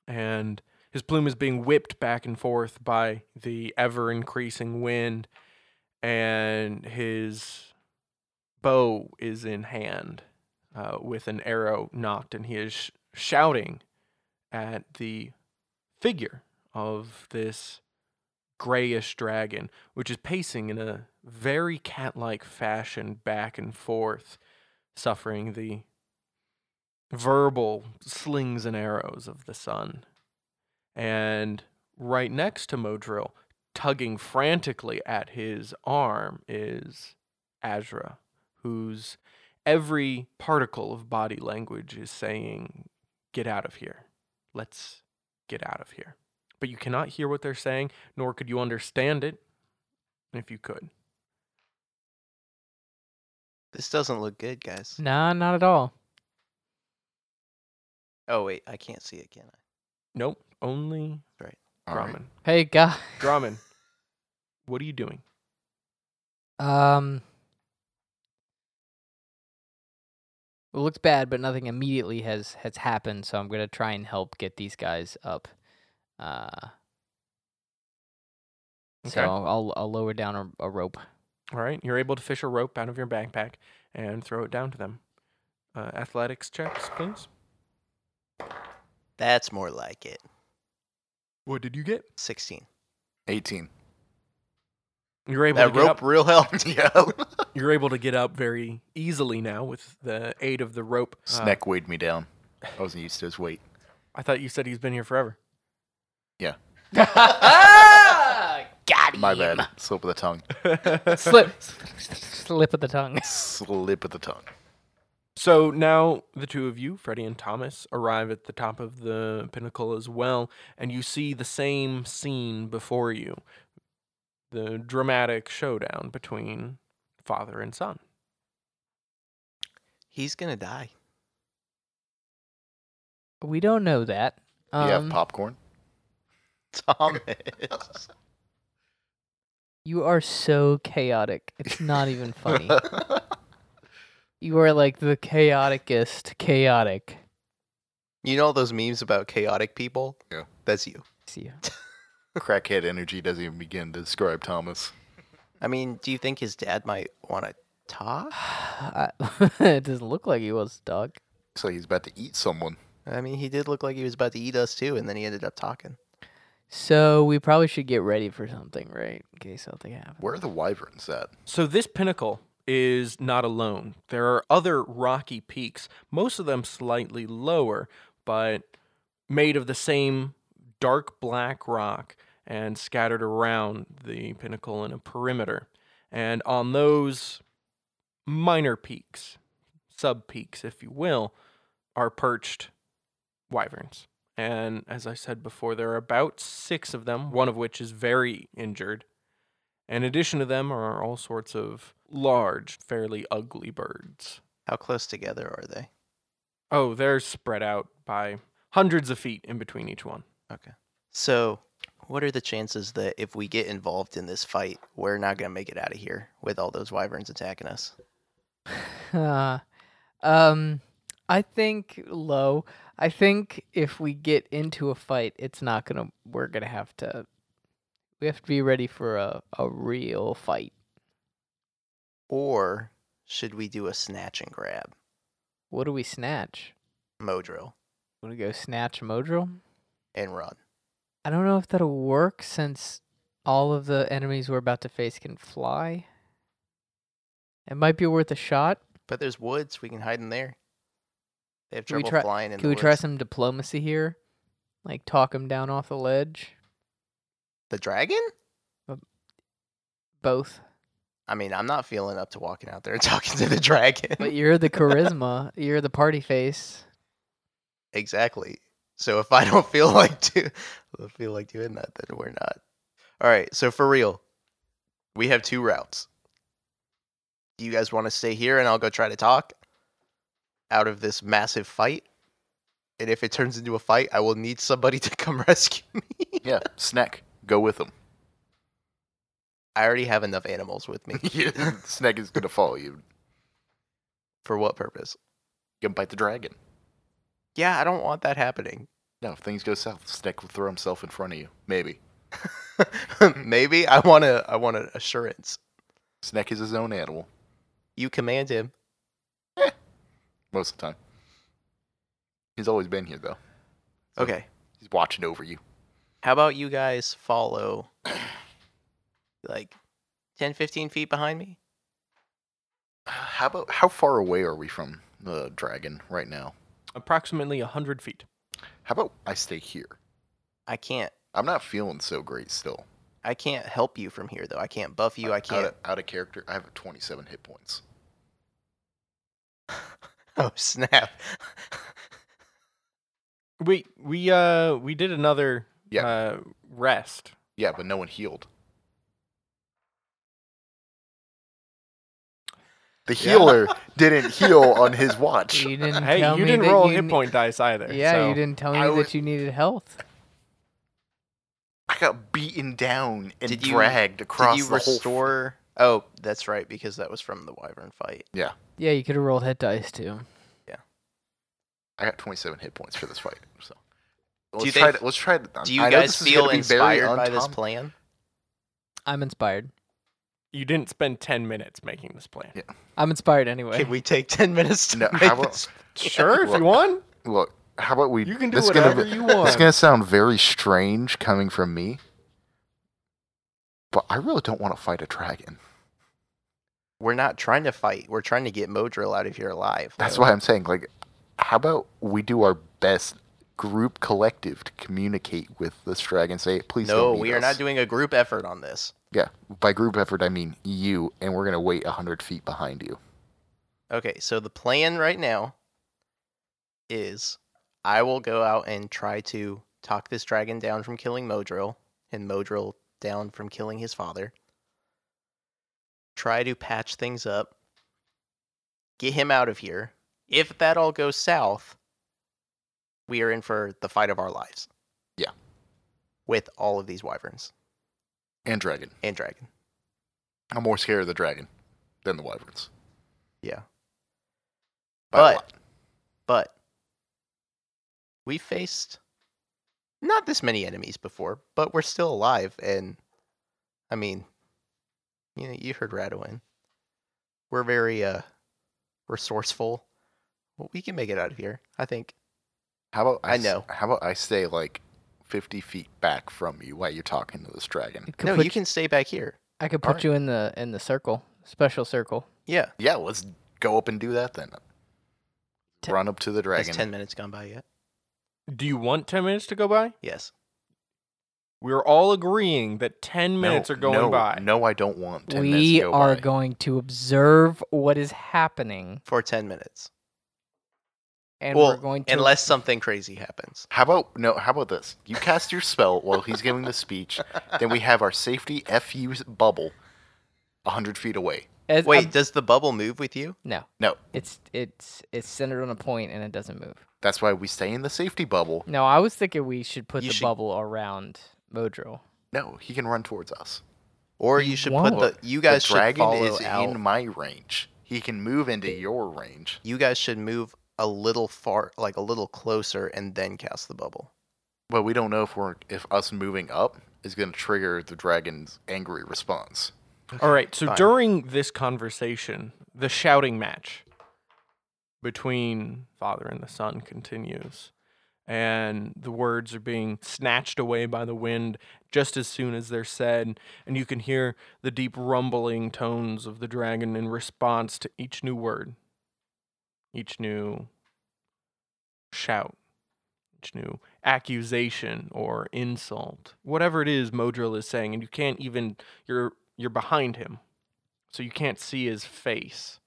Speaker 1: And his plume is being whipped back and forth by the ever increasing wind, and his bow is in hand uh, with an arrow knocked, and he is sh- shouting at the figure of this grayish dragon, which is pacing in a very cat like fashion back and forth, suffering the verbal slings and arrows of the sun. And right next to Modril, tugging frantically at his arm, is Azra, whose every particle of body language is saying, Get out of here. Let's get out of here. But you cannot hear what they're saying, nor could you understand it if you could.
Speaker 3: This doesn't look good, guys.
Speaker 4: nah, not at all.
Speaker 3: Oh wait, I can't see it, can I?
Speaker 1: Nope, only
Speaker 2: All right.
Speaker 1: Grumman.
Speaker 4: Hey, guy.
Speaker 1: Grumman, what are you doing?
Speaker 4: Um, it looks bad, but nothing immediately has has happened. So I'm gonna try and help get these guys up. Uh,
Speaker 1: Okay.
Speaker 4: so I'll I'll lower down a, a rope.
Speaker 1: All right, you're able to fish a rope out of your backpack and throw it down to them. Uh, athletics checks, please.
Speaker 3: That's more like it.
Speaker 1: What did you get?
Speaker 3: Sixteen.
Speaker 2: 18.
Speaker 1: You're able
Speaker 3: That
Speaker 1: to get
Speaker 3: rope
Speaker 1: up.
Speaker 3: real [laughs] helped.
Speaker 2: yeah.
Speaker 1: You're able to get up very easily now with the aid of the rope. Uh,
Speaker 2: Sneck weighed me down. I wasn't used to his weight.
Speaker 1: I thought you said he's been here forever. [laughs]
Speaker 3: Got
Speaker 2: My bad. Slip of the
Speaker 1: [laughs]
Speaker 2: tongue.
Speaker 4: Slip, slip of the tongue.
Speaker 2: Slip of the tongue.
Speaker 1: So now the two of you, Freddie and Thomas, arrive at the top of the pinnacle as well, and you see the same scene before you the dramatic showdown between father and son.
Speaker 3: He's gonna die.
Speaker 4: We don't know that.
Speaker 2: Do
Speaker 4: Um,
Speaker 2: you have popcorn?
Speaker 3: Thomas.
Speaker 4: you are so chaotic. It's not even funny. you are like the chaoticest chaotic.
Speaker 3: you know all those memes about chaotic people?
Speaker 2: Yeah.
Speaker 3: That's you.
Speaker 4: See ya.
Speaker 2: Crackhead energy doesn't even begin to describe Thomas.
Speaker 3: I mean, do you think his dad might want to talk?
Speaker 4: I- [sighs] it doesn't look like he was dog.
Speaker 2: So he's about to eat someone.
Speaker 3: I mean, he did look like he was about to eat us too, and then he ended up talking.
Speaker 4: So we probably should get ready for something, right? In case something happens.
Speaker 2: Where are the wyverns at?
Speaker 1: So this pinnacle is not alone. There are other rocky peaks, most of them slightly lower, but made of the same dark black rock and scattered around the pinnacle in a perimeter. And on those minor peaks, sub peaks, if you will, are perched wyverns. And as I said before, there are about six of them, one of which is very injured. In addition to them are all sorts of large, fairly ugly birds.
Speaker 3: How close together are they?
Speaker 1: Oh, they're spread out by hundreds of feet in between each one.
Speaker 3: So, what are the chances that if we get involved in this fight, we're not going to make it out of here with all those wyverns attacking us?
Speaker 4: [laughs] Uh, um, I think low. I think if we get into a fight, it's not gonna. We're gonna have to. We have to be ready for a a real fight.
Speaker 3: Or should we do a snatch and grab?
Speaker 4: What do we snatch?
Speaker 3: Modrill
Speaker 4: Want to go snatch Modril?
Speaker 3: and run.
Speaker 4: I don't know if that'll work since all of the enemies we're about to face can fly. It might be worth a shot.
Speaker 3: But there's woods. We can hide in there. They have
Speaker 4: Can we
Speaker 3: trouble
Speaker 4: try-
Speaker 3: flying in
Speaker 4: Can
Speaker 3: the
Speaker 4: we
Speaker 3: woods.
Speaker 4: try some diplomacy here? Like talk him down off the ledge.
Speaker 3: the dragon?
Speaker 4: Both.
Speaker 3: I mean, I'm not feeling up to walking out there [laughs] and talking to the dragon. [laughs]
Speaker 4: But you're the charisma. You're the party face.
Speaker 3: Exactly. So if I don't [laughs] feel like do feel like doing that, then we're not. All right. So for real, we have two routes. Do you guys want to stay here and I'll go try to talk out of this massive fight? And if it turns into a fight, I will need somebody [laughs] to come rescue me.
Speaker 2: Yeah, Snack, go with him.
Speaker 3: I already have enough animals with me.
Speaker 2: Yeah, Snack is gonna follow you.
Speaker 3: For what purpose?
Speaker 2: You can bite the dragon.
Speaker 3: Yeah, I don't want that happening. [laughs]
Speaker 2: No, if things go south, Snack will throw himself in front of you. Maybe.
Speaker 3: Maybe I want to. I want an assurance.
Speaker 2: Snack is his own animal
Speaker 3: You command him.
Speaker 2: most of the time. He's always been here though.
Speaker 3: Okay.
Speaker 2: He's watching over you.
Speaker 3: How about you guys follow like 10, 15 feet behind me?
Speaker 2: How about how far away are we from the dragon right now?
Speaker 1: Approximately a 100 feet.
Speaker 2: How about I stay here?
Speaker 3: I can't
Speaker 2: I'm not feeling so great still.
Speaker 3: I can't help you from here though. I can't buff you. I
Speaker 2: Out
Speaker 3: can't
Speaker 2: of, out of character. I have 27 hit points.
Speaker 3: [laughs] Oh snap.
Speaker 1: We we uh we did another
Speaker 2: Yeah.
Speaker 1: uh rest.
Speaker 2: Yeah, but no one healed. The
Speaker 3: [laughs]
Speaker 2: healer didn't heal on his watch.
Speaker 4: You didn't
Speaker 1: Hey,
Speaker 4: tell
Speaker 1: you
Speaker 4: me
Speaker 1: didn't
Speaker 4: that
Speaker 1: roll
Speaker 4: you
Speaker 1: hit
Speaker 4: ne-
Speaker 1: point dice either.
Speaker 4: Yeah,
Speaker 1: so
Speaker 4: you didn't tell me
Speaker 2: I
Speaker 4: that
Speaker 2: would-
Speaker 4: you needed health.
Speaker 2: I got beaten down and
Speaker 3: Did you-
Speaker 2: dragged across
Speaker 3: Did you
Speaker 2: the whole.
Speaker 3: restore Oh, that's right, because that was from the Wyvern fight.
Speaker 4: Yeah, you could have rolled hit dice too.
Speaker 2: I got 27 hit points for this fight. So
Speaker 3: you
Speaker 2: let's try.
Speaker 3: think-
Speaker 2: To, let's try. To,
Speaker 3: Do you
Speaker 2: Um, I know
Speaker 3: guys
Speaker 2: this is gonna
Speaker 3: feel
Speaker 2: be very
Speaker 3: inspired by this
Speaker 2: untom-
Speaker 3: plan?
Speaker 4: I'm inspired.
Speaker 1: You didn't spend 10 minutes making this plan.
Speaker 2: Yeah.
Speaker 4: I'm inspired anyway.
Speaker 3: Can we take ten minutes to
Speaker 2: No,
Speaker 3: make
Speaker 2: how about-
Speaker 3: this?
Speaker 1: [laughs] Sure, if
Speaker 2: Well-
Speaker 1: you want.
Speaker 2: Look, how about we?
Speaker 1: You can do
Speaker 2: this is
Speaker 1: whatever
Speaker 2: gonna, be-
Speaker 1: you
Speaker 2: This
Speaker 1: want.
Speaker 2: is gonna sound very strange coming from me, But I really don't want to fight a dragon.
Speaker 3: We're not trying to fight. We're trying to get Modril out of here alive.
Speaker 2: That's
Speaker 3: Leo.
Speaker 2: why I'm saying, like, how about we do our best group collective to communicate with this dragon? Say, please.
Speaker 3: No,
Speaker 2: don't
Speaker 3: we
Speaker 2: eat
Speaker 3: are
Speaker 2: us."
Speaker 3: not doing a group effort on this.
Speaker 2: Yeah, by group effort I mean you, and we're gonna wait hundred feet behind you.
Speaker 3: Okay, so the plan right now is I will go out and try to talk this dragon down from killing Modril and Modril down from killing his father. Try to patch things up. Get him out of here. If that all goes south, we are in for the fight of our lives.
Speaker 2: Yeah.
Speaker 3: With all of these wyverns
Speaker 2: And dragon.
Speaker 3: and dragon.
Speaker 2: I'm more scared of the dragon than the wyverns.
Speaker 3: Yeah.
Speaker 2: By a
Speaker 3: But-
Speaker 2: lot.
Speaker 3: but we faced not this many enemies before, but we're still alive. And I mean, you know, you heard Radowin. We're very uh resourceful. Well, we can make it out of here, I think.
Speaker 2: how about
Speaker 3: I
Speaker 2: s-
Speaker 3: know.
Speaker 2: How about I stay like fifty feet back from you while you're talking to this dragon?
Speaker 4: I could
Speaker 3: no,
Speaker 4: put
Speaker 3: you can stay back here.
Speaker 4: I could put
Speaker 2: alright.
Speaker 4: you in the in the circle, special circle.
Speaker 3: Yeah,
Speaker 2: Yeah, let's go up and do that then.
Speaker 4: Ten-
Speaker 2: Run up to the
Speaker 3: has
Speaker 2: dragon.
Speaker 3: ten minutes gone by yet?
Speaker 1: Do you want 10 minutes to go by?
Speaker 3: Yes.
Speaker 1: We're all agreeing that 10
Speaker 2: No,
Speaker 1: minutes are going
Speaker 2: no,
Speaker 1: by.
Speaker 2: No, I don't want ten minutes
Speaker 4: we
Speaker 2: to go
Speaker 4: are
Speaker 2: by.
Speaker 4: going to observe what is happening,
Speaker 3: For ten minutes,
Speaker 4: and
Speaker 3: Well,
Speaker 4: we're going to
Speaker 3: unless something crazy happens.
Speaker 2: How about no? How about this? You cast your spell while he's giving the speech. Then we have our safety fu bubble, hundred feet away.
Speaker 4: as-
Speaker 3: Wait,
Speaker 4: um,
Speaker 3: does the bubble move with you?
Speaker 4: no,
Speaker 2: No,
Speaker 4: it's it's it's centered on a point and it doesn't move.
Speaker 2: that's why we stay in the safety bubble.
Speaker 4: No, I was thinking we should put
Speaker 3: You
Speaker 4: the
Speaker 3: should-
Speaker 4: bubble around Modril.
Speaker 2: No, he can run towards us.
Speaker 3: Or
Speaker 4: You
Speaker 3: you should
Speaker 4: won't.
Speaker 3: put the you guys
Speaker 2: the
Speaker 3: should
Speaker 2: dragon
Speaker 3: follow
Speaker 2: is
Speaker 3: out.
Speaker 2: in my range. He can move into your range.
Speaker 3: you guys should move a little far like a little closer and then cast the bubble
Speaker 2: But we don't know if we're if us moving up is going to trigger the dragon's angry response.
Speaker 1: All right. So
Speaker 3: Fine.
Speaker 1: during this conversation, the shouting match between father and the son continues, and the words are being snatched away by the wind just as soon as they're said, and you can hear the deep rumbling tones of the dragon in response to each new word, each new shout, each new accusation or insult, whatever it is Modril is saying, and you can't even you're you're behind him, so you can't see his face,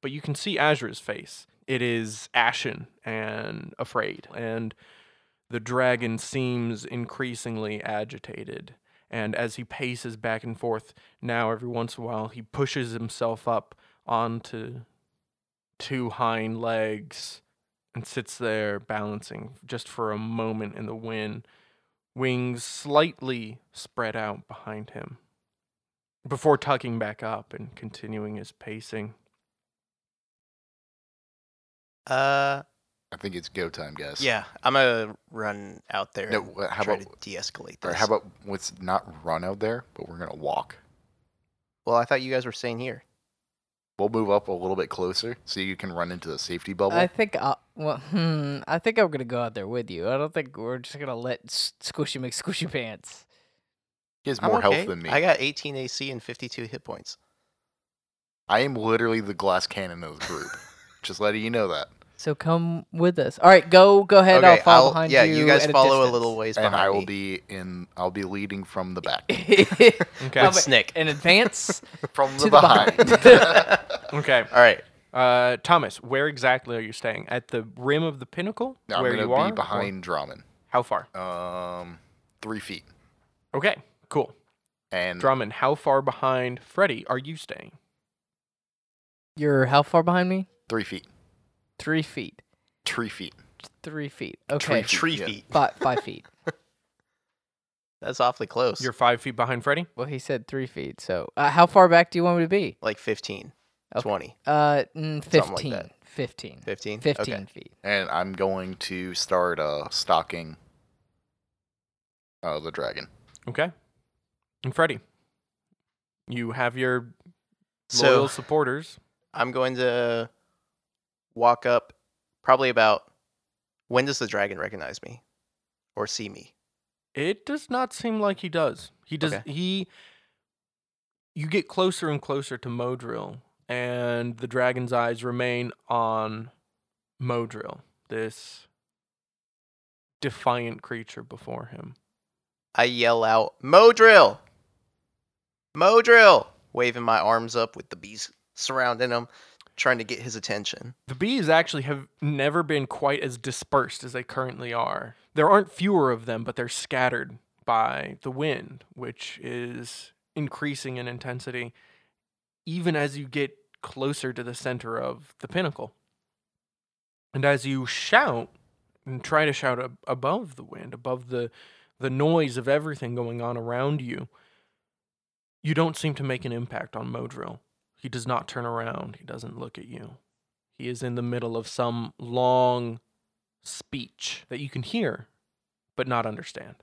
Speaker 1: but you can see Azra's face. It is ashen and afraid, and the dragon seems increasingly agitated. And as he paces back and forth, now every once in a while he pushes himself up onto two hind legs and sits there balancing just for a moment in the wind, wings slightly spread out behind him before tucking back up and continuing his pacing.
Speaker 3: uh
Speaker 2: I think it's go time, guys.
Speaker 3: yeah i'm gonna run out there
Speaker 2: No,
Speaker 3: and
Speaker 2: wha- how
Speaker 3: try
Speaker 2: about-
Speaker 3: to de-escalate
Speaker 2: Or
Speaker 3: this
Speaker 2: how about let's not run out there, but we're going to walk.
Speaker 3: well i thought you guys were staying here
Speaker 2: We'll move up a little bit closer so you can run into the safety bubble.
Speaker 4: I think I well, hmm, I think I'm gonna go out there with you. I don't think we're just gonna let s- Squishy make Squishy pants.
Speaker 2: he has
Speaker 3: I'm
Speaker 2: more
Speaker 3: okay.
Speaker 2: health than me.
Speaker 3: i
Speaker 2: I,
Speaker 3: got 18 ac and 52 hit points
Speaker 2: am literally the glass cannon of the group.
Speaker 3: [laughs]
Speaker 2: Just letting you know that.
Speaker 4: So come with us. All right, go go ahead. I'll follow behind
Speaker 3: yeah
Speaker 4: you.
Speaker 3: you guys
Speaker 4: at
Speaker 3: follow a,
Speaker 4: a,
Speaker 3: little ways
Speaker 2: and
Speaker 3: behind
Speaker 2: I will
Speaker 3: me.
Speaker 2: be in I'll be leading from the back.
Speaker 3: [laughs]
Speaker 4: little.
Speaker 1: Okay.
Speaker 4: Okay.
Speaker 3: snick
Speaker 4: [laughs] In advance.
Speaker 2: [laughs] from the
Speaker 4: To the
Speaker 2: behind.
Speaker 1: Okay.
Speaker 3: [laughs] all right
Speaker 1: Uh, Thomas, where exactly are you staying? At the rim of the pinnacle?
Speaker 2: No, I'm
Speaker 1: where
Speaker 2: going to
Speaker 1: you
Speaker 2: be
Speaker 1: are? Or-
Speaker 2: behind Drummond.
Speaker 1: How far?
Speaker 2: Um 3 feet.
Speaker 1: Okay. Cool.
Speaker 2: And
Speaker 1: Drummond, how far behind Freddy are you staying?
Speaker 4: [laughs] You're how far behind me?
Speaker 2: 3 feet.
Speaker 4: Three feet.
Speaker 2: 3 feet.
Speaker 4: Three feet. Okay.
Speaker 2: feet.
Speaker 3: tree
Speaker 2: yeah.
Speaker 3: feet
Speaker 4: Five, five
Speaker 3: [laughs]
Speaker 4: feet.
Speaker 3: that's awfully close
Speaker 1: You're five feet behind Freddy?
Speaker 4: Well, he said three feet. So, uh, how far back do you want me to be?
Speaker 3: like 15
Speaker 4: Okay.
Speaker 3: 20
Speaker 4: Uh, mm,
Speaker 3: Something like
Speaker 4: 15,
Speaker 3: that.
Speaker 4: 15.
Speaker 3: 15
Speaker 4: 15
Speaker 3: okay.
Speaker 4: feet.
Speaker 2: And I'm going to start uh stalking uh the dragon.
Speaker 1: Okay. And Freddy, you have your
Speaker 3: so
Speaker 1: loyal supporters.
Speaker 3: I'm going to walk up probably about when does the dragon recognize me or see me?
Speaker 1: It does not seem like he does. He does.
Speaker 3: Okay.
Speaker 1: He you get closer and closer to Modril, and the dragon's eyes remain on Modril, this defiant creature before him.
Speaker 3: I yell out, Modril! Modril! Waving my arms up with the bees surrounding him, trying to get his attention.
Speaker 1: The bees actually have never been quite as dispersed as they currently are. There aren't fewer of them, but they're scattered by the wind, which is increasing in intensity even as you get closer to the center of the pinnacle. And as you shout and try to shout ab- above the wind, above the the noise of everything going on around you, you don't seem to make an impact on Modril. He does not turn around. He doesn't look at you. He is in the middle of some long speech that you can hear but not understand.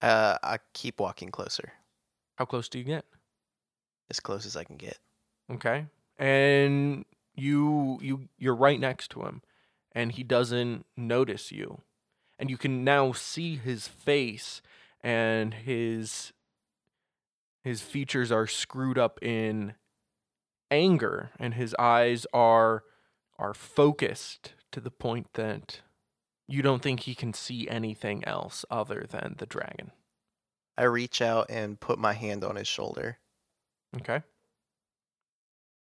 Speaker 3: Uh, I keep walking closer,
Speaker 1: How close do you get?
Speaker 3: as close as I can get.
Speaker 1: Okay. And you you you're right next to him and he doesn't notice you. And you can now see his face and his his features are screwed up in anger and his eyes are are focused to the point that you don't think he can see anything else other than the dragon.
Speaker 3: I reach out and put my hand on his shoulder.
Speaker 1: Okay?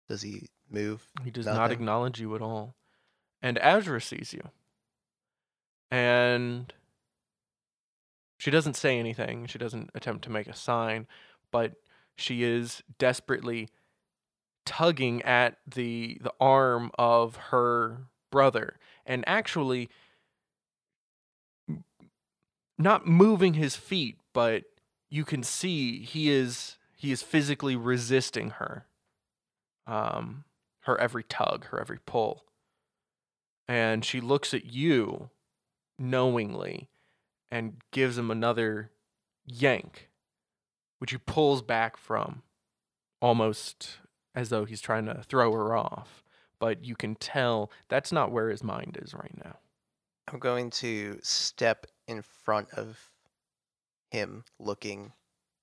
Speaker 3: Does he move?
Speaker 1: He does not
Speaker 3: Nothing.
Speaker 1: acknowledge you at all. And Azra sees you. And she doesn't say anything. She doesn't attempt to make a sign, but she is desperately tugging at the the arm of her brother and actually not moving his feet, but you can see he is he is physically resisting her. Um her every tug, her every pull. And she looks at you knowingly and gives him another yank, which he pulls back from almost as though he's trying to throw her off. But you can tell that's not where his mind is right now.
Speaker 3: I'm going to step in front of him, looking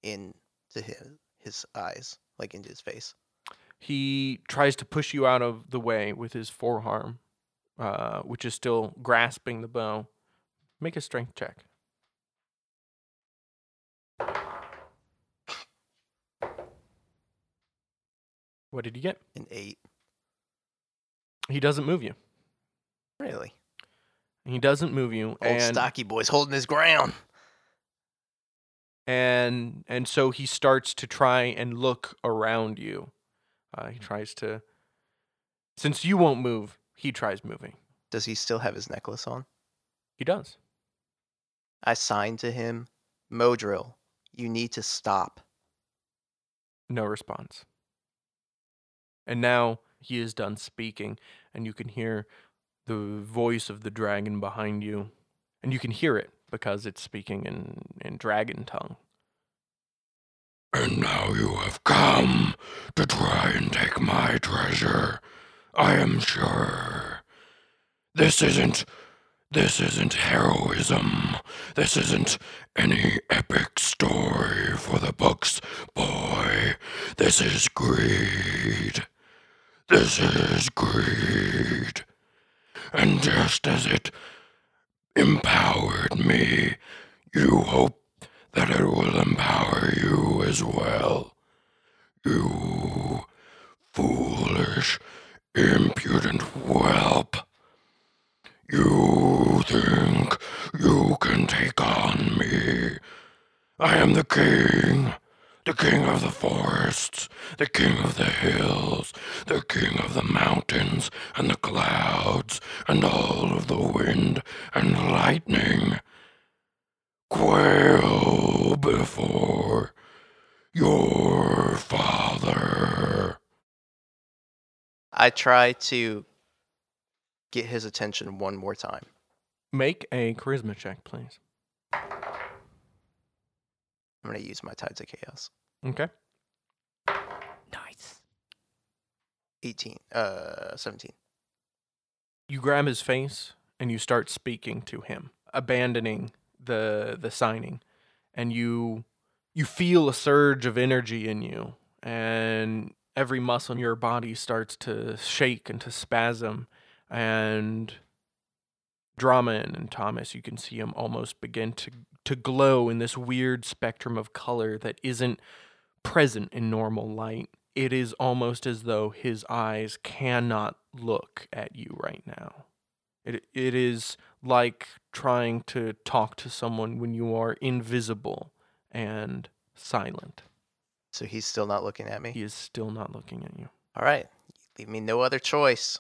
Speaker 3: into his, his eyes, like into his face.
Speaker 1: He tries to push you out of the way with his forearm, uh, which is still grasping the bow. Make a strength check. What did you get?
Speaker 3: An eight.
Speaker 1: He doesn't move you.
Speaker 3: Really?
Speaker 1: He doesn't move you.
Speaker 3: Old
Speaker 1: and
Speaker 3: stocky boy's holding his ground.
Speaker 1: and and so he starts to try and look around you. Uh, he tries to, since you won't move, he tries moving.
Speaker 3: Does he still have his necklace on?
Speaker 1: He does.
Speaker 3: I sign to him, Modril, you need to stop.
Speaker 1: No response. And now he is done speaking, and you can hear the voice of the dragon behind you, and you can hear it because it's speaking in, in dragon tongue.
Speaker 5: And now you have come to try and take my treasure. I am sure. This isn't. This isn't heroism. This isn't any epic story for the books, boy. This is greed. This is greed. And just as it empowered me, you hope that it will empower you as well. You foolish, impudent whelp. You think you can take on me. I am the king, the king of the forests, the king of the hills, the king of the mountains and the clouds, and all of the wind and lightning quail before your father.
Speaker 3: I try to get his attention one more time.
Speaker 1: Make a charisma check, please.
Speaker 3: I'm going to use my Tides of Chaos.
Speaker 1: Okay.
Speaker 4: Nice.
Speaker 3: 18, uh, 17.
Speaker 1: You grab his face and you start speaking to him, abandoning the the signing, and you you feel a surge of energy in you, and every muscle in your body starts to shake and to spasm. And Drama and, and Thomas, you can see them almost begin to, to glow in this weird spectrum of color that isn't present in normal light. It is almost as though his eyes cannot look at you right now. It, it is like trying to talk to someone when you are invisible and silent.
Speaker 3: So he's still not looking at me.
Speaker 1: He is still not looking at you.
Speaker 3: All right. Leave me no other choice.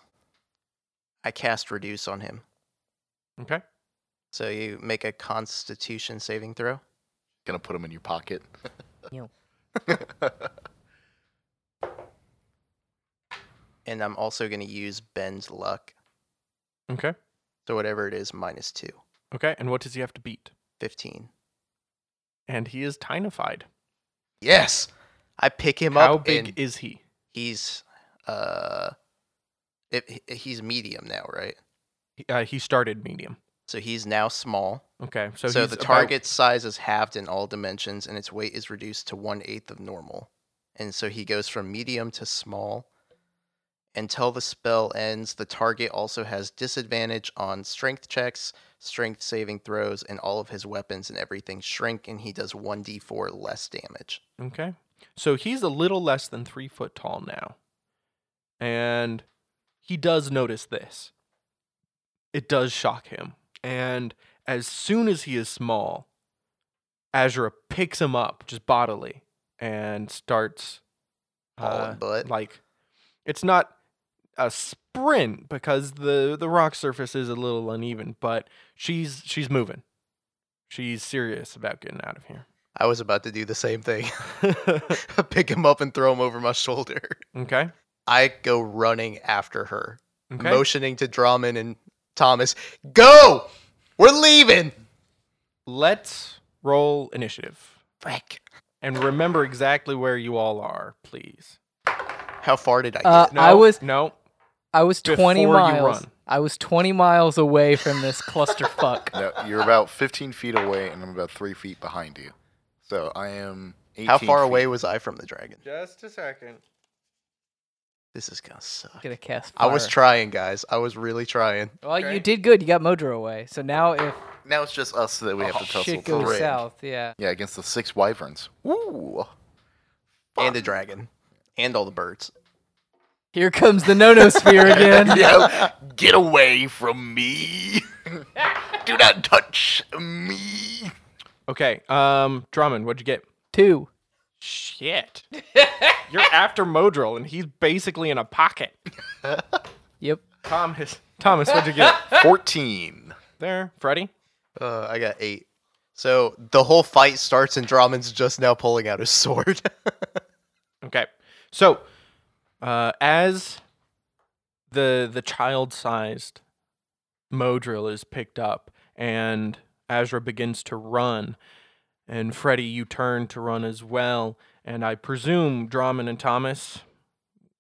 Speaker 3: I cast reduce on him.
Speaker 1: Okay.
Speaker 3: So you make a constitution saving throw.
Speaker 2: Gonna put them in your pocket.
Speaker 4: Ew.
Speaker 3: And I'm also going to use Ben's luck.
Speaker 1: Okay.
Speaker 3: So whatever it is, minus two.
Speaker 1: Okay. And what does he have to beat?
Speaker 3: 15.
Speaker 1: And he is tinified.
Speaker 3: Yes. I pick him
Speaker 1: How
Speaker 3: up.
Speaker 1: big
Speaker 3: and
Speaker 1: is he?
Speaker 3: he's uh it, he- he's medium now, right?
Speaker 1: He- Uh, he started medium.
Speaker 3: So he's now small.
Speaker 1: Okay. So,
Speaker 3: So,
Speaker 1: he's
Speaker 3: the
Speaker 1: about-
Speaker 3: target size is halved in all dimensions, and its weight is reduced to one eighth of normal. And so he goes from medium to small. Until the spell ends, the target also has disadvantage on strength checks, strength saving throws, and all of his weapons and everything shrink, and he does 1d4 less damage.
Speaker 1: Okay. So he's a little less than three foot tall now. And he does notice this. It does shock him. And as soon as he is small, Azura picks him up just bodily and starts uh,
Speaker 3: Hauling butt.
Speaker 1: Like it's not a sprint because the the rock surface is a little uneven, but she's she's moving. She's serious about getting out of here.
Speaker 3: I was about to do the
Speaker 1: [laughs]
Speaker 3: same thing [laughs] pick him up and throw him over my shoulder.
Speaker 1: Okay.
Speaker 3: I go running after her.
Speaker 1: Okay.
Speaker 3: motioning to Drummond and Thomas, "Go, we're leaving."
Speaker 1: Let's roll initiative.
Speaker 3: Frick.
Speaker 1: And remember exactly where you all are, please.
Speaker 3: How far did I get?
Speaker 4: Uh, I was
Speaker 1: No.
Speaker 4: I was twenty
Speaker 1: Before you
Speaker 4: miles.
Speaker 1: run.
Speaker 4: I was twenty miles away from
Speaker 2: [laughs]
Speaker 4: this clusterfuck.
Speaker 2: [laughs] no, you're about 15 feet away, and I'm about three feet behind you. So I am. 18
Speaker 3: How far
Speaker 2: feet.
Speaker 3: away was I from the dragon?
Speaker 1: Just a second.
Speaker 3: This is gonna suck.
Speaker 4: Gonna cast.
Speaker 3: I was
Speaker 4: fire.
Speaker 3: trying, guys. I was really trying.
Speaker 4: Well,
Speaker 1: Okay.
Speaker 4: you did good. You got Modro away. So now if
Speaker 2: Now it's just us that we
Speaker 1: Oh,
Speaker 2: have to tussle.
Speaker 4: shit
Speaker 2: for.
Speaker 4: goes
Speaker 2: Great.
Speaker 4: south, yeah.
Speaker 2: Yeah, against the six wyverns. Ooh.
Speaker 3: And the dragon, and all the birds.
Speaker 4: Here comes the no-no
Speaker 2: [laughs]
Speaker 4: sphere again.
Speaker 2: Yeah, get away
Speaker 1: [laughs]
Speaker 2: from me. Do not touch me.
Speaker 1: Okay. Um, Drummond, what'd you get?
Speaker 4: Two.
Speaker 1: [laughs] Shit. You're after Modril, and he's basically in a pocket.
Speaker 4: Yep.
Speaker 1: Thomas. Thomas, what'd you get? [laughs]
Speaker 2: 14.
Speaker 1: there. Freddy?
Speaker 3: Uh, I got eight. So the whole fight starts, and Drummond's just now pulling out his [laughs] sword.
Speaker 1: Okay. So, uh, as the the child-sized Modril is picked up and Azra begins to run, and Freddy, you turn to run as well, and I presume Draman and Thomas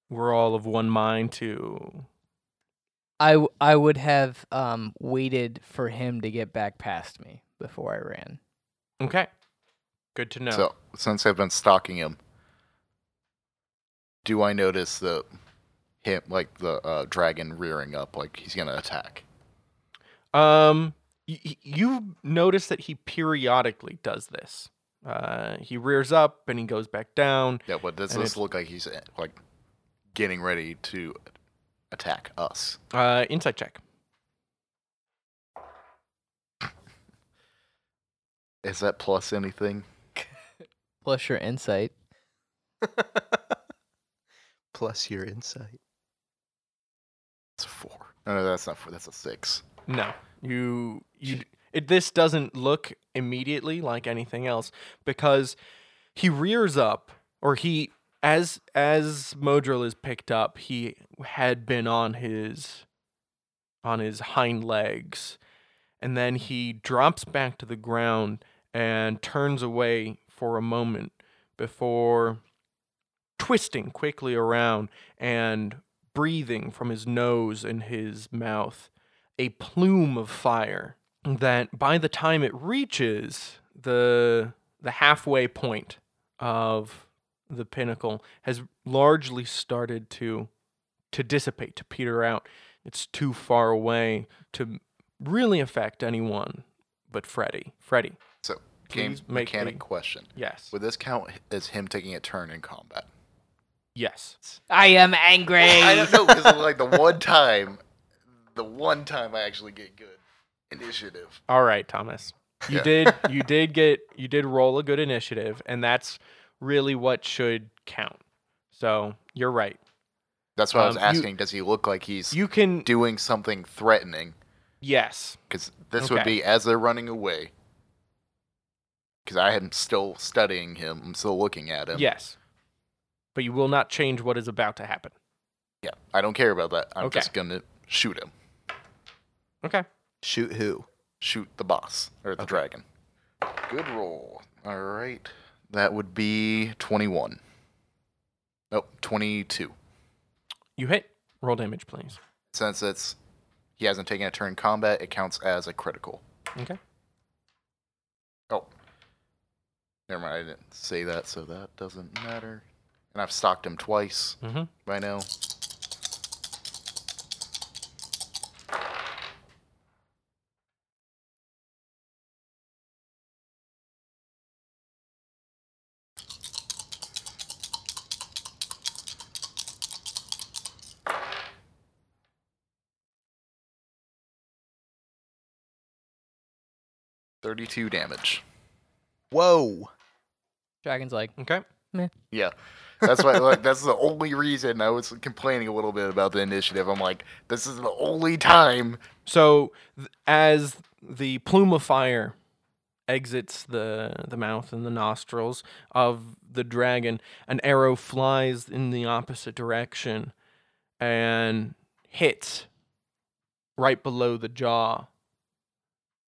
Speaker 1: were all of one mind to.
Speaker 4: I, w- I would have um, waited for him to get back past me before I ran.
Speaker 1: Okay. Good to know.
Speaker 2: So, since I've been stalking him, do I notice the him like the uh, dragon rearing up like he's going to attack?
Speaker 1: Um, y- y- you notice that he periodically does this. Uh, he rears up and he goes back down.
Speaker 2: Yeah, but does
Speaker 1: And
Speaker 2: this
Speaker 1: it-
Speaker 2: look like he's eh, like getting ready to attack us?
Speaker 1: Uh, insight check.
Speaker 2: Is that plus anything?
Speaker 4: Plus your insight.
Speaker 3: Plus your insight.
Speaker 2: It's a 4. No, no, that's not 4. That's a 6.
Speaker 1: No, you you. d- It, this doesn't look immediately like anything else because he rears up, or he as as Modril is picked up, he had been on his on his hind legs, and then he drops back to the ground and turns away for a moment before twisting quickly around and breathing from his nose and his mouth a plume of fire that by the time it reaches the the halfway point of the pinnacle has largely started to to dissipate, to peter out. It's too far away to really affect anyone but Freddy. Freddy,
Speaker 2: So, game
Speaker 1: Please make
Speaker 2: mechanic
Speaker 1: me-
Speaker 2: question.
Speaker 1: yes,
Speaker 2: Would this count as him taking a turn in combat?
Speaker 1: yes.
Speaker 4: I am
Speaker 2: [laughs]
Speaker 4: angry.
Speaker 2: I don't know because like the one time, the one time I actually get good initiative.
Speaker 1: All right, Thomas. You
Speaker 2: Yeah.
Speaker 1: did you did get you did roll a good initiative, and that's really what should count. So you're right.
Speaker 2: That's why I was
Speaker 1: Um, you-
Speaker 2: asking. does he look like he's
Speaker 1: You can
Speaker 2: doing something threatening?
Speaker 1: yes.
Speaker 2: Because this would
Speaker 1: Okay.
Speaker 2: be as they're running away. Because I am still studying him. I'm still looking at him.
Speaker 1: Yes. But you will not change what is about to happen.
Speaker 2: Yeah. I don't care about that. I'm
Speaker 1: Okay.
Speaker 2: just gonna shoot him.
Speaker 1: Okay.
Speaker 3: Shoot who?
Speaker 2: Shoot the boss or the dragon. Good roll. All right. That would be 21. Nope, 22.
Speaker 1: You hit. Roll damage, please.
Speaker 2: Since it's he hasn't taken a turn in combat, it counts as a critical.
Speaker 1: Okay.
Speaker 2: Oh. Never mind, I didn't say that, so that doesn't matter. And I've stocked him twice
Speaker 1: Mm-hmm.
Speaker 2: by now. Thirty-two damage.
Speaker 3: Whoa.
Speaker 4: Dragon's like, [laughs]
Speaker 1: Okay.
Speaker 2: Yeah. That's why like that's the only reason I was complaining a little bit about the initiative. I'm like, this is the only time
Speaker 1: So th- as the plume of fire exits the the mouth and the nostrils of the dragon, an arrow flies in the opposite direction and hits right below the jaw.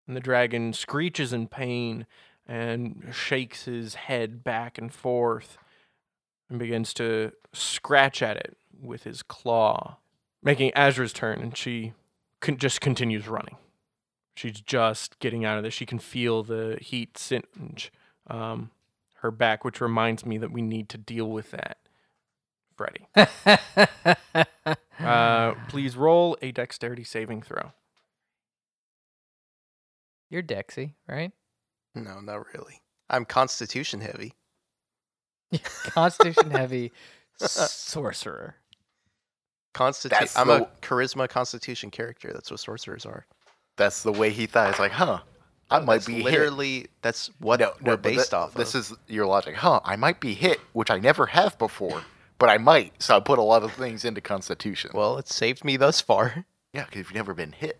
Speaker 1: And the dragon screeches in pain and shakes his head back and forth and begins to scratch at it with his claw, making Azra's turn and she con- just continues running. She's just getting out of this. She can feel the heat singe um, her back, which reminds me that we need to deal with that, Freddy.
Speaker 3: [sighs]
Speaker 1: Uh, please roll a dexterity saving throw.
Speaker 4: you're Dexy, right?
Speaker 3: No, not really. I'm constitution heavy.
Speaker 4: Constitution
Speaker 2: [laughs]
Speaker 4: heavy sorcerer.
Speaker 3: Constitution.
Speaker 2: That's
Speaker 3: I'm
Speaker 2: the-
Speaker 3: a charisma constitution character. That's what sorcerers are.
Speaker 2: that's the way he thought. It's like, huh, I might
Speaker 3: That's
Speaker 2: be hit.
Speaker 3: literally that's what
Speaker 2: No, no,
Speaker 3: we're
Speaker 2: but
Speaker 3: based
Speaker 2: thi-
Speaker 3: off
Speaker 2: This
Speaker 3: of.
Speaker 2: is your logic. Huh, I might be hit, which I never have before, but I might. So I put a lot of things into Constitution.
Speaker 3: well, it saved me thus far. [laughs]
Speaker 2: yeah, because you've never been hit.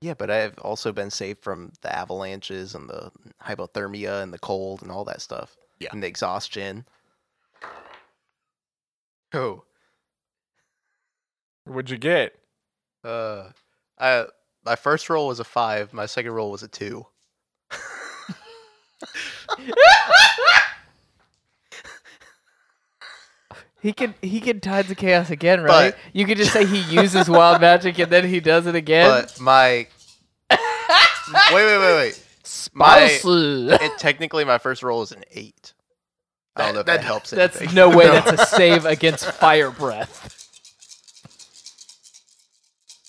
Speaker 3: Yeah, but I've also been saved from the avalanches and the hypothermia and the cold and all that stuff.
Speaker 2: Yeah.
Speaker 3: And the exhaustion. Oh.
Speaker 1: What'd you get?
Speaker 3: Uh I my first roll was a five, my second roll was a two.
Speaker 4: He could he could tides of chaos again, right? you could just say he
Speaker 3: [laughs]
Speaker 4: uses wild magic and then he does it again.
Speaker 2: [laughs]
Speaker 3: But my wait, wait, wait, wait. My
Speaker 4: Spicy.
Speaker 3: it, technically my first roll is an eight. I don't know if that,
Speaker 2: That-
Speaker 3: helps. [laughs]
Speaker 4: That's
Speaker 3: anything.
Speaker 4: no way. That's a
Speaker 3: [laughs]
Speaker 4: save against fire breath.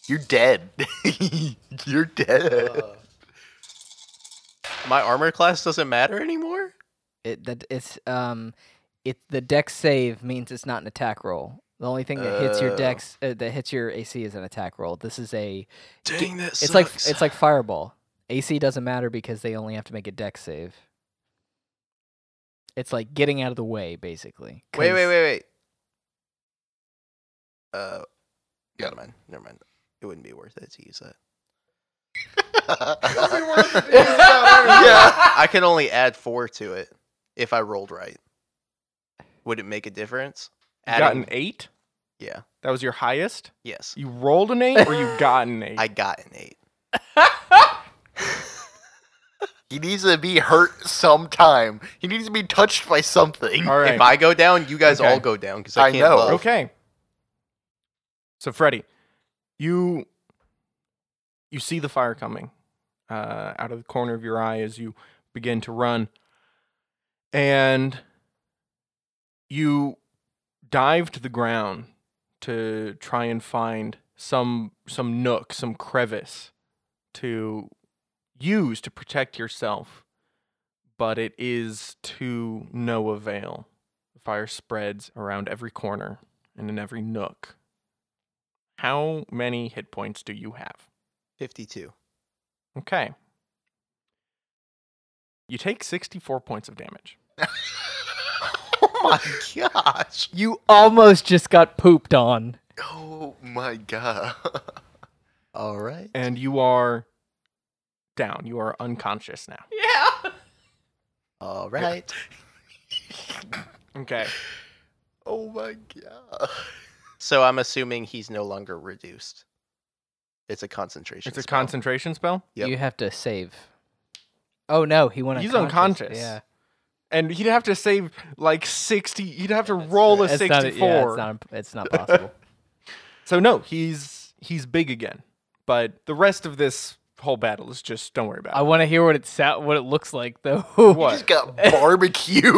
Speaker 2: You're dead. [laughs] you're dead.
Speaker 3: Uh, my armor class doesn't matter anymore.
Speaker 4: It that it's um, it the dex save means it's not an attack roll. The only thing that hits your
Speaker 3: Oh.
Speaker 4: dex uh, that hits your AC is an attack roll. This is a
Speaker 3: Dang, that
Speaker 4: it's like it's like fireball. AC doesn't matter because they only have to make a dex save. It's like getting out of the way, basically.
Speaker 3: wait, wait,
Speaker 4: 'cause-
Speaker 3: wait, wait. Uh,
Speaker 2: Yeah.
Speaker 3: never mind, never mind. It wouldn't be worth it to use that.
Speaker 2: yeah.
Speaker 3: I could only add four to it if I rolled right. Would it make a difference?
Speaker 1: You got
Speaker 3: Adding,
Speaker 1: an eight?
Speaker 3: yeah,
Speaker 1: That was your highest?
Speaker 3: yes,
Speaker 1: You rolled an eight or
Speaker 3: [laughs]
Speaker 1: you got an eight?
Speaker 3: I got an eight.
Speaker 2: He needs to be hurt sometime. He needs to be touched by something. [laughs]
Speaker 1: All right.
Speaker 3: If I go down, you guys
Speaker 1: Okay.
Speaker 3: all go down because I
Speaker 2: I
Speaker 3: can't.
Speaker 2: know.
Speaker 3: love.
Speaker 1: Oh, Okay. So Freddy, you you see the fire coming uh, out of the corner of your eye as you begin to run, and you dive to the ground to try and find some some nook, some crevice to use to protect yourself, but it is to no avail. The fire spreads around every corner and in every nook. How many hit points do you have?
Speaker 3: 52.
Speaker 1: Okay. You take 64 points of damage.
Speaker 3: Oh my gosh.
Speaker 4: You almost just got pooped on.
Speaker 2: Oh my god.
Speaker 3: All right.
Speaker 1: and you are down. You are unconscious now.
Speaker 4: Yeah.
Speaker 3: All right.
Speaker 4: [laughs]
Speaker 1: Okay.
Speaker 2: oh my god.
Speaker 3: So I'm assuming he's no longer reduced. It's a concentration.
Speaker 1: It's a
Speaker 3: spell.
Speaker 1: concentration spell,
Speaker 3: Yep.
Speaker 4: You have to save. Oh no, he went.
Speaker 1: He's unconscious.
Speaker 4: Yeah.
Speaker 1: and he'd have to save like 60. He'd have to roll a
Speaker 4: It's not-
Speaker 1: 64.
Speaker 4: yeah, it's not. It's not possible. [laughs]
Speaker 1: So no, he's he's big again. But the rest of this whole battle is just don't worry about
Speaker 4: I
Speaker 1: it.
Speaker 4: want to hear what it sou- what it looks like though.
Speaker 1: [laughs] What?
Speaker 2: Just got barbecued. [laughs]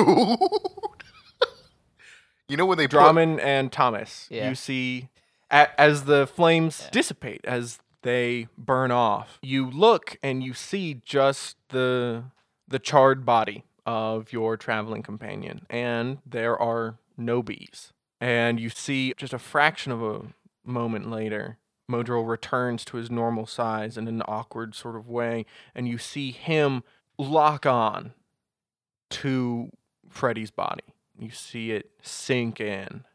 Speaker 2: you know when they put
Speaker 1: Draman and Thomas,
Speaker 4: Yeah.
Speaker 1: you see a, as the flames dissipate, as they burn off, you look and you see just the the charred body of your traveling companion, and there are no bees. And you see just a fraction of a moment later, Modril returns to his normal size in an awkward sort of way, and you see him lock on to Freddy's body. You see it sink in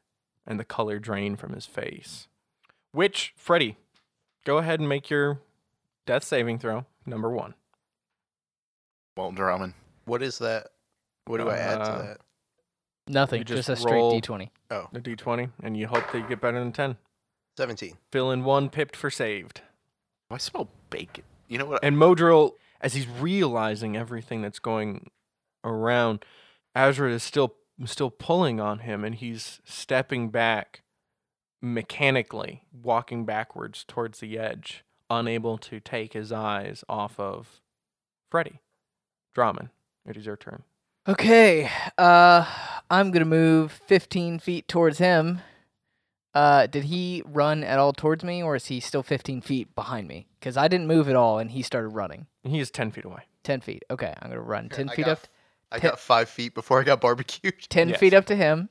Speaker 1: and the color drain from his face. Which, Freddy, go ahead and make your death saving throw, number one.
Speaker 2: Well, Draman.
Speaker 3: What is that? What do I add
Speaker 1: Uh,
Speaker 3: to that?
Speaker 4: Nothing.
Speaker 1: You just
Speaker 4: Just, a straight
Speaker 1: roll-
Speaker 4: D twenty.
Speaker 1: A d20, and you hope that you get better than 10.
Speaker 3: 17.
Speaker 1: Fill in one pipped for saved.
Speaker 2: Do I smell bacon? You know what?
Speaker 1: And Modril, as he's realizing everything that's going around, Azra is still still pulling on him and he's stepping back mechanically, walking backwards towards the edge, unable to take his eyes off of Freddy. Draman, it is your turn.
Speaker 4: Okay. Uh, I'm gonna move fifteen feet towards him. Uh, did he run at all towards me, or is he still fifteen feet behind me? Because I didn't move at all, and he started running
Speaker 1: He is ten feet away.
Speaker 4: ten feet. Okay, I'm gonna run ten
Speaker 3: I
Speaker 4: feet
Speaker 3: got
Speaker 4: up.
Speaker 3: I
Speaker 4: Ten-
Speaker 3: got five feet before I got barbecued.
Speaker 4: 10
Speaker 1: Yes.
Speaker 4: feet up to him.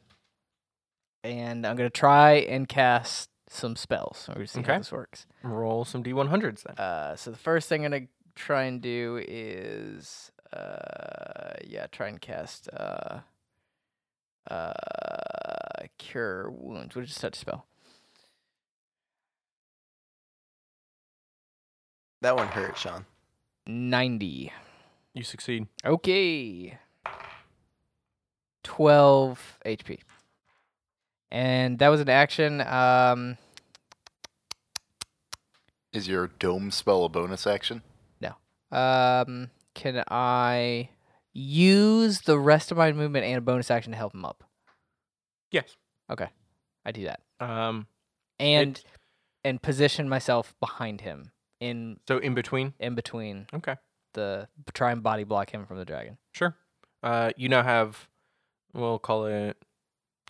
Speaker 4: And I'm going to try and cast some spells. We're going to see
Speaker 1: Okay.
Speaker 4: how this works.
Speaker 1: Roll some D one hundreds then.
Speaker 4: Uh, so the first thing I'm going to try and do is, uh, yeah, try and cast uh, uh, Cure Wounds, which is such a spell.
Speaker 3: That one hurt, Sean.
Speaker 4: 90.
Speaker 1: You succeed.
Speaker 4: Okay. 12 HP. And that was an action. Um,
Speaker 2: [laughs] Is your dome spell a bonus action?
Speaker 4: Um, can I use the rest of my movement and a bonus action to help him up?
Speaker 1: Yes.
Speaker 4: I do that
Speaker 1: Um
Speaker 4: and
Speaker 1: It-
Speaker 4: and position myself behind him in
Speaker 1: so in between.
Speaker 4: in between
Speaker 1: Okay.
Speaker 4: the try and body block him from the dragon.
Speaker 1: Sure. Uh you now have we'll call it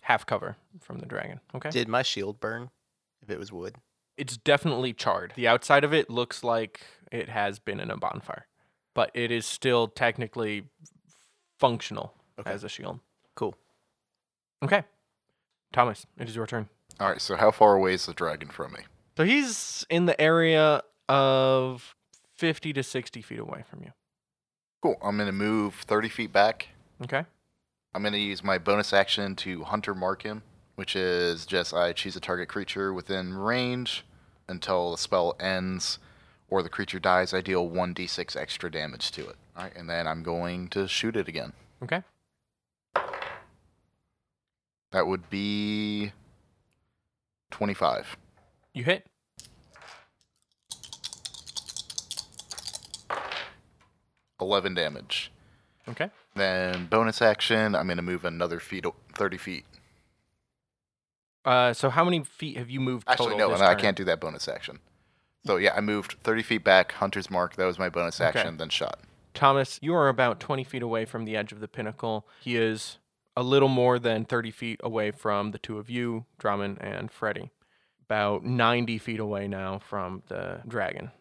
Speaker 1: half cover from the dragon. Okay.
Speaker 3: Did my shield burn? If it was wood.
Speaker 1: it's definitely charred. The outside of it looks like it has been in a bonfire, but it is still technically functional
Speaker 3: Okay.
Speaker 1: as a shield.
Speaker 3: Cool.
Speaker 1: Okay. Thomas, it is your turn.
Speaker 2: All right. So how far away is the dragon from me?
Speaker 1: So he's in the area of 50 to 60 feet away from you.
Speaker 2: Cool. I'm gonna move 30 feet back.
Speaker 1: Okay.
Speaker 2: I'm going to use my bonus action to Hunter Mark him, which is just I choose a target creature within range until the spell ends or the creature dies. I deal 1d6 extra damage to it. All right, and then I'm going to shoot it again.
Speaker 1: Okay.
Speaker 2: That would be 25.
Speaker 1: You hit.
Speaker 2: Eleven damage.
Speaker 1: Okay.
Speaker 2: Then bonus action. I'm gonna move another feet, o- thirty feet.
Speaker 1: Uh, so how many feet have you moved total
Speaker 2: Actually, no,
Speaker 1: this
Speaker 2: no, I
Speaker 1: turn?
Speaker 2: can't do that bonus action. So yeah, I moved thirty feet back. Hunter's mark. That was my bonus
Speaker 1: Okay.
Speaker 2: action. Then shot.
Speaker 1: Thomas, you are about 20 feet away from the edge of the pinnacle. He is a little more than 30 feet away from the two of you, Drummond and Freddy. About 90 feet away now from the dragon.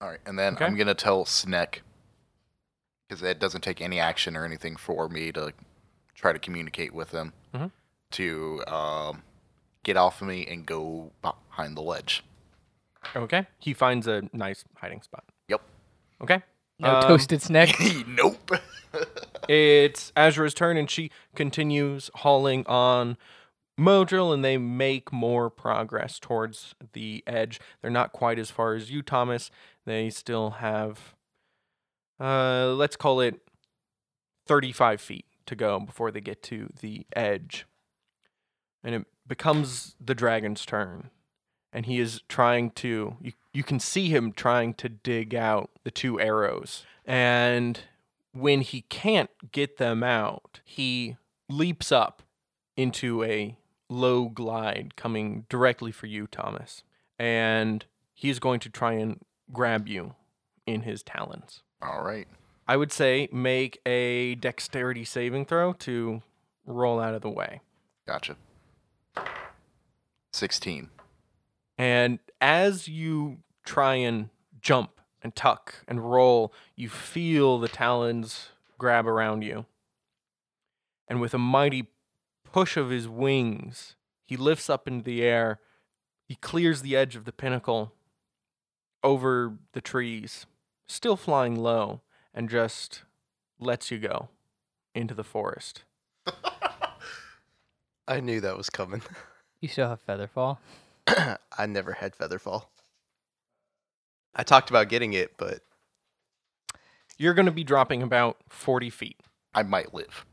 Speaker 2: All right, and then
Speaker 1: Okay.
Speaker 2: I'm gonna tell Sneck because it doesn't take any action or anything for me to try to communicate with him
Speaker 1: Mhm.
Speaker 2: to um, get off of me and go behind the ledge. [laughs]
Speaker 1: Okay. He finds a nice hiding spot.
Speaker 2: Yep.
Speaker 1: Okay.
Speaker 4: No
Speaker 1: Um, [laughs]
Speaker 4: toasted snack.
Speaker 2: nope.
Speaker 1: It's Azura's turn, and she continues hauling on Modril, and they make more progress towards the edge. They're not quite as far as you, Thomas. They still have, uh, let's call it 35 feet to go before they get to the edge. And it becomes the dragon's turn. And he is trying to, you, you can see him trying to dig out the two arrows. And when he can't get them out, he leaps up into a low glide coming directly for you, Thomas. And he's going to try and grab you in his talons.
Speaker 2: All right.
Speaker 1: I would say make a dexterity saving throw to roll out of the way.
Speaker 2: Gotcha. 16.
Speaker 1: And as you try and jump and tuck and roll, you feel the talons grab around you. And with a mighty push of his wings, he lifts up into the air. He clears the edge of the pinnacle over the trees, still flying low, and just lets you go into the forest.
Speaker 3: I knew that was coming. [laughs]
Speaker 4: You still have feather fall.
Speaker 3: I never had Featherfall. I talked about getting it, but [laughs]
Speaker 1: You're going to be dropping about 40 feet.
Speaker 2: I might live.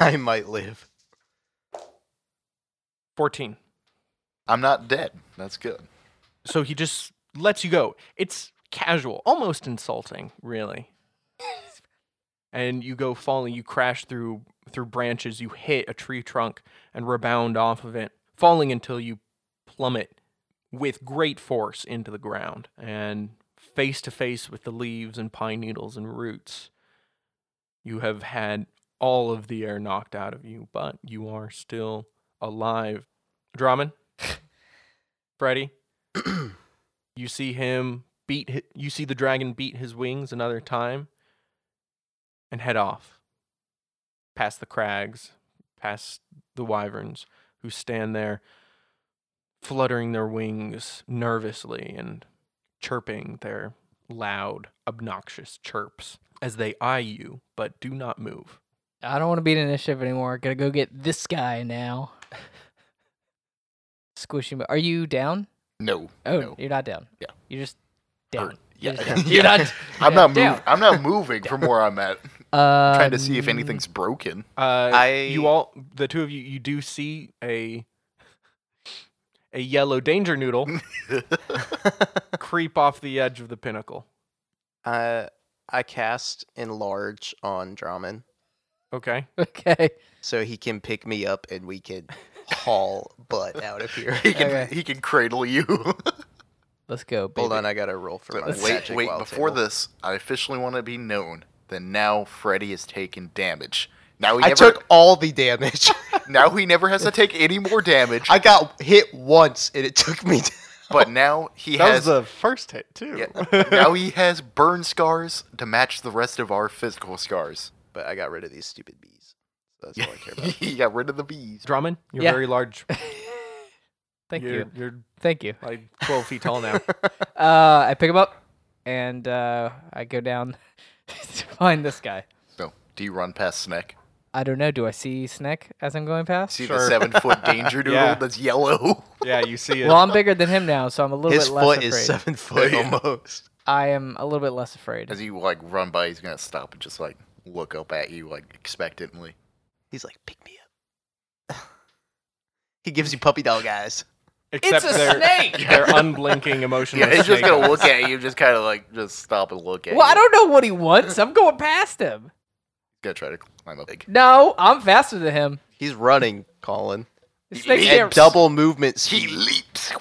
Speaker 3: I might live. [laughs]
Speaker 1: 14.
Speaker 2: I'm not dead. That's good.
Speaker 1: so he just lets you go. It's casual, almost insulting, really. And you go falling, you crash through through branches, you hit a tree trunk and rebound off of it, falling until you plummet with great force into the ground and face to face with the leaves and pine needles and roots. You have had all of the air knocked out of you, but you are still alive. Drummond, Freddy, you see him beat. hi- You see the dragon beat his wings another time, and head off. Past the crags, past the wyverns, who stand there, fluttering their wings nervously and chirping their loud, obnoxious chirps as they eye you, but do not move.
Speaker 4: I don't want to be an initiative anymore. Gotta go get this guy now. Squish him. Are you down?
Speaker 2: No.
Speaker 4: Oh,
Speaker 2: no.
Speaker 4: you're not down.
Speaker 2: Yeah.
Speaker 4: You're just down.
Speaker 2: Or- yeah. [laughs]
Speaker 4: You're just down.
Speaker 2: yeah.
Speaker 4: You're not.
Speaker 2: I'm
Speaker 4: yeah,
Speaker 2: not moving.
Speaker 4: down.
Speaker 2: I'm not moving from where I'm
Speaker 4: [laughs]
Speaker 2: at.
Speaker 4: Uh,
Speaker 2: Trying to see if anything's broken.
Speaker 1: Uh,
Speaker 3: I-
Speaker 1: you all, the two of you, you do see a [laughs] a yellow danger noodle creep off the edge of the pinnacle.
Speaker 3: uh, I cast Enlarge on Draman
Speaker 1: Okay.
Speaker 4: [laughs] Okay.
Speaker 3: so he can pick me up and we can haul butt out of here. [laughs]
Speaker 2: He can
Speaker 4: Okay.
Speaker 2: he can cradle you. [laughs]
Speaker 4: Let's go. Baby.
Speaker 3: Hold on, I gotta roll for my
Speaker 2: But wait,
Speaker 3: magic
Speaker 2: wait.
Speaker 3: wild
Speaker 2: Before
Speaker 3: table.
Speaker 2: this, I officially want to be known that now Freddy has taken damage. Now he
Speaker 3: I
Speaker 2: never,
Speaker 3: took all the damage. [laughs]
Speaker 2: Now he never has to take any more damage.
Speaker 3: I got hit once and it took me.
Speaker 2: but now he has.
Speaker 1: the first hit too.
Speaker 2: yeah, [laughs] now he has burn scars to match the rest of our physical scars.
Speaker 3: but I got rid of these stupid bees. So that's all I [laughs] care about.
Speaker 2: he got rid of the bees.
Speaker 1: Drummond, you're
Speaker 4: Yeah.
Speaker 1: very large.
Speaker 4: Thank
Speaker 1: you're,
Speaker 4: you.
Speaker 1: You're
Speaker 4: Thank you.
Speaker 1: like 12 feet tall now.
Speaker 4: Uh, I pick him up, and uh, I go down [laughs] to find this guy.
Speaker 2: So, do you run past Sneck?
Speaker 4: I don't know. Do I see Sneck as I'm going past?
Speaker 2: See the
Speaker 1: Sure.
Speaker 2: seven foot danger noodle
Speaker 1: Yeah.
Speaker 2: that's yellow?
Speaker 1: [laughs]
Speaker 2: [laughs]
Speaker 1: yeah, you see it.
Speaker 4: Well, I'm bigger than him now, so I'm a little
Speaker 3: His
Speaker 4: bit less
Speaker 3: foot
Speaker 4: afraid.
Speaker 3: is [laughs] seven foot almost.
Speaker 4: I am a little bit less afraid.
Speaker 2: As you like run by, he's gonna stop and just like look up at you like expectantly.
Speaker 3: He's like, pick me up. [laughs] he gives you puppy dog eyes.
Speaker 1: Except
Speaker 4: it's a
Speaker 1: they're,
Speaker 2: [laughs]
Speaker 4: snake!
Speaker 1: they're unblinking emotionless.
Speaker 2: Yeah, [laughs] he's just
Speaker 1: snake
Speaker 2: gonna
Speaker 1: eyes.
Speaker 2: look at you, just kind of like just stop and look at
Speaker 4: Well,
Speaker 2: you.
Speaker 4: I don't know what he wants. I'm going past him.
Speaker 2: He's gonna try to climb up. Like,
Speaker 4: No, I'm faster than him.
Speaker 3: He's running, Colin.
Speaker 4: The snake
Speaker 2: he
Speaker 3: At
Speaker 4: can't
Speaker 3: double movement
Speaker 2: he [laughs]
Speaker 3: speed.
Speaker 2: leaps.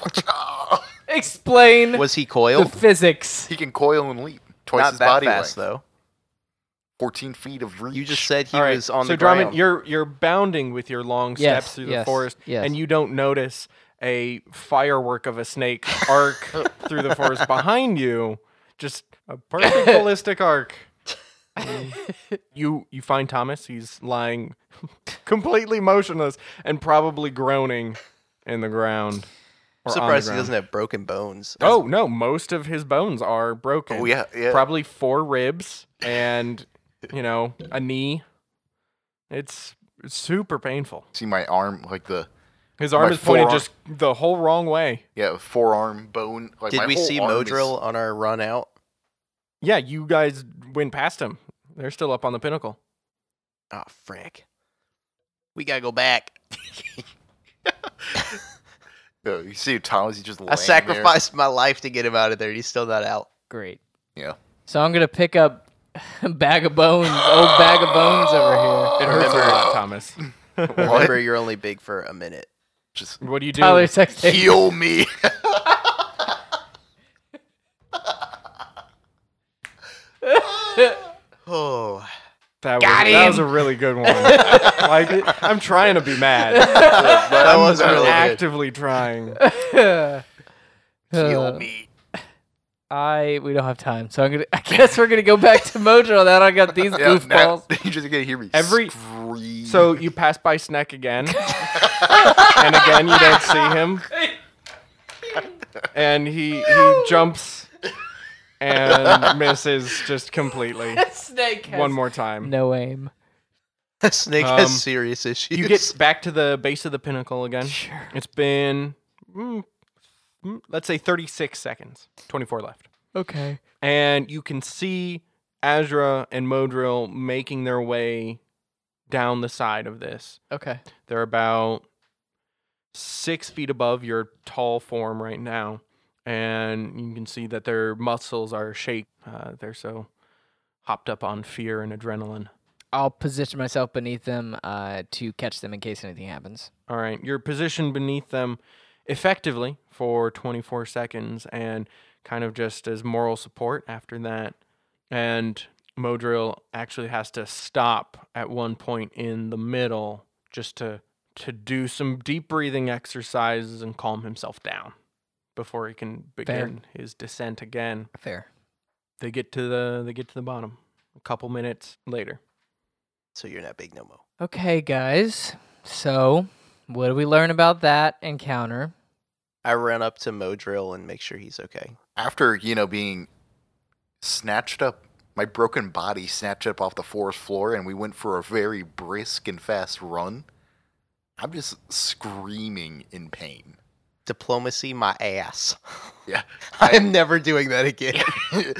Speaker 4: explain
Speaker 3: Was he
Speaker 4: the
Speaker 3: coiled?
Speaker 4: [laughs] physics.
Speaker 2: he can coil and leap. Twice
Speaker 3: Not
Speaker 2: his
Speaker 3: that
Speaker 2: body
Speaker 3: fast
Speaker 2: length.
Speaker 3: though.
Speaker 2: 14 feet of reach.
Speaker 3: You just said he
Speaker 1: All right,
Speaker 3: was on
Speaker 1: so
Speaker 3: the
Speaker 1: Drummond,
Speaker 3: ground.
Speaker 1: you're you're bounding with your long
Speaker 4: Yes,
Speaker 1: steps through
Speaker 4: yes,
Speaker 1: the forest,
Speaker 4: yes.
Speaker 1: and you don't notice a firework of a snake arc through the forest behind you. Just a perfect ballistic arc. You you find Thomas. He's lying [laughs] completely motionless and probably groaning in the ground. or
Speaker 3: I'm
Speaker 1: on the
Speaker 3: surprised he
Speaker 1: ground.
Speaker 3: doesn't have broken bones.
Speaker 1: Oh no, most of his bones are broken.
Speaker 2: Oh, yeah, yeah.
Speaker 1: Probably four ribs
Speaker 3: [laughs]
Speaker 1: and you know, a knee. It's super painful.
Speaker 2: See my arm, like the
Speaker 1: His arm
Speaker 2: My
Speaker 1: is pointed
Speaker 2: forearm-
Speaker 1: just the whole wrong way.
Speaker 2: yeah forearm bone. Like my
Speaker 3: Did we
Speaker 2: whole
Speaker 3: see
Speaker 2: arm is-
Speaker 3: Modril on our run out?
Speaker 1: Yeah, you guys went past him. They're still up on the pinnacle.
Speaker 3: Oh frick. We gotta go back.
Speaker 2: Yeah, you see Thomas, he just
Speaker 3: I
Speaker 2: laying there.
Speaker 3: sacrificed my life to get him out of there. and He's still not out.
Speaker 4: Great.
Speaker 2: Yeah.
Speaker 4: So I'm gonna pick up [laughs] a bag of bones, old bag of bones over
Speaker 1: It
Speaker 4: here.
Speaker 1: hurts
Speaker 3: Remember-
Speaker 1: a lot, Thomas.
Speaker 2: What?
Speaker 3: Remember, you're only big for a minute. [laughs]
Speaker 2: Just
Speaker 1: What do you do?
Speaker 4: Tyler's texting.
Speaker 2: heal me. [laughs]
Speaker 4: [laughs]
Speaker 3: Oh,
Speaker 1: that, was, that was a really
Speaker 3: [laughs]
Speaker 1: good one. like I'm trying to be mad.
Speaker 3: that was
Speaker 1: I'm
Speaker 3: really good.
Speaker 1: actively trying.
Speaker 4: Uh,
Speaker 2: heal me.
Speaker 3: Uh,
Speaker 4: I we don't have time, so I'm gonna. [laughs] I guess we're gonna go back to Mojo. Now that I got these
Speaker 2: Yeah, now- [laughs]
Speaker 4: goofballs.
Speaker 2: you just gonna hear me
Speaker 1: Every-
Speaker 2: scream.
Speaker 1: So you pass by Sneck again, and again you don't see him, and he he jumps and misses just completely
Speaker 4: [laughs] Snake. Has
Speaker 1: one more time.
Speaker 4: No aim.
Speaker 3: Snake
Speaker 1: Um,
Speaker 3: has serious issues.
Speaker 1: You get back to the base of the pinnacle again. Sure. It's been mm, mm, let's say 36 seconds, 24 left,
Speaker 4: Okay.
Speaker 1: and you can see Azra and Modril making their way down the side of this.
Speaker 4: Okay.
Speaker 1: They're about six feet above your tall form right now, and you can see that their muscles are shaped. Uh, they're so hopped up on fear and adrenaline.
Speaker 4: I'll position myself beneath them uh, to catch them in case anything happens.
Speaker 1: All right, you're positioned beneath them effectively for 24 seconds, and kind of just as moral support after that. And Modril actually has to stop at one point in the middle just to to do some deep breathing exercises and calm himself down before he can
Speaker 4: Fair.
Speaker 1: begin his descent again.
Speaker 4: Fair.
Speaker 1: They get to the they get to the bottom a couple minutes later.
Speaker 3: [laughs] so you're not big no more.
Speaker 4: Okay, guys. So, what do we learn about that encounter?
Speaker 3: I run up to Modril and make sure he's okay.
Speaker 2: after you know being snatched up my broken body snatched up off the forest floor and we went for a very brisk and fast run i'm just screaming in pain
Speaker 3: Diplomacy, my ass. [laughs]
Speaker 2: yeah
Speaker 3: I am never doing that again. [laughs]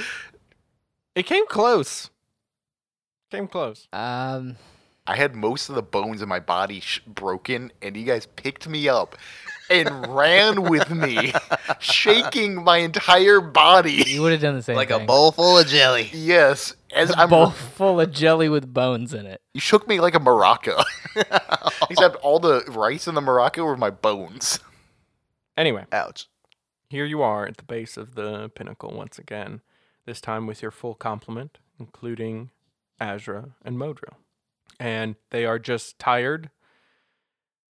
Speaker 1: It came close. Came close.
Speaker 4: Um,
Speaker 2: i had most of the bones in my body sh- broken and you guys picked me up and ran with me shaking my entire body
Speaker 4: you would have done the same
Speaker 3: like a
Speaker 4: thing.
Speaker 3: bowl full of jelly.
Speaker 2: yes as
Speaker 4: A
Speaker 2: i'm
Speaker 4: bowl full of jelly with bones in it.
Speaker 2: you shook me like a maraca except all the rice in the maraca were my bones
Speaker 1: Anyway,
Speaker 3: Ouch.
Speaker 1: Here you are at the base of the pinnacle once again, this time with your full complement, including Azra and Modril. And they are just tired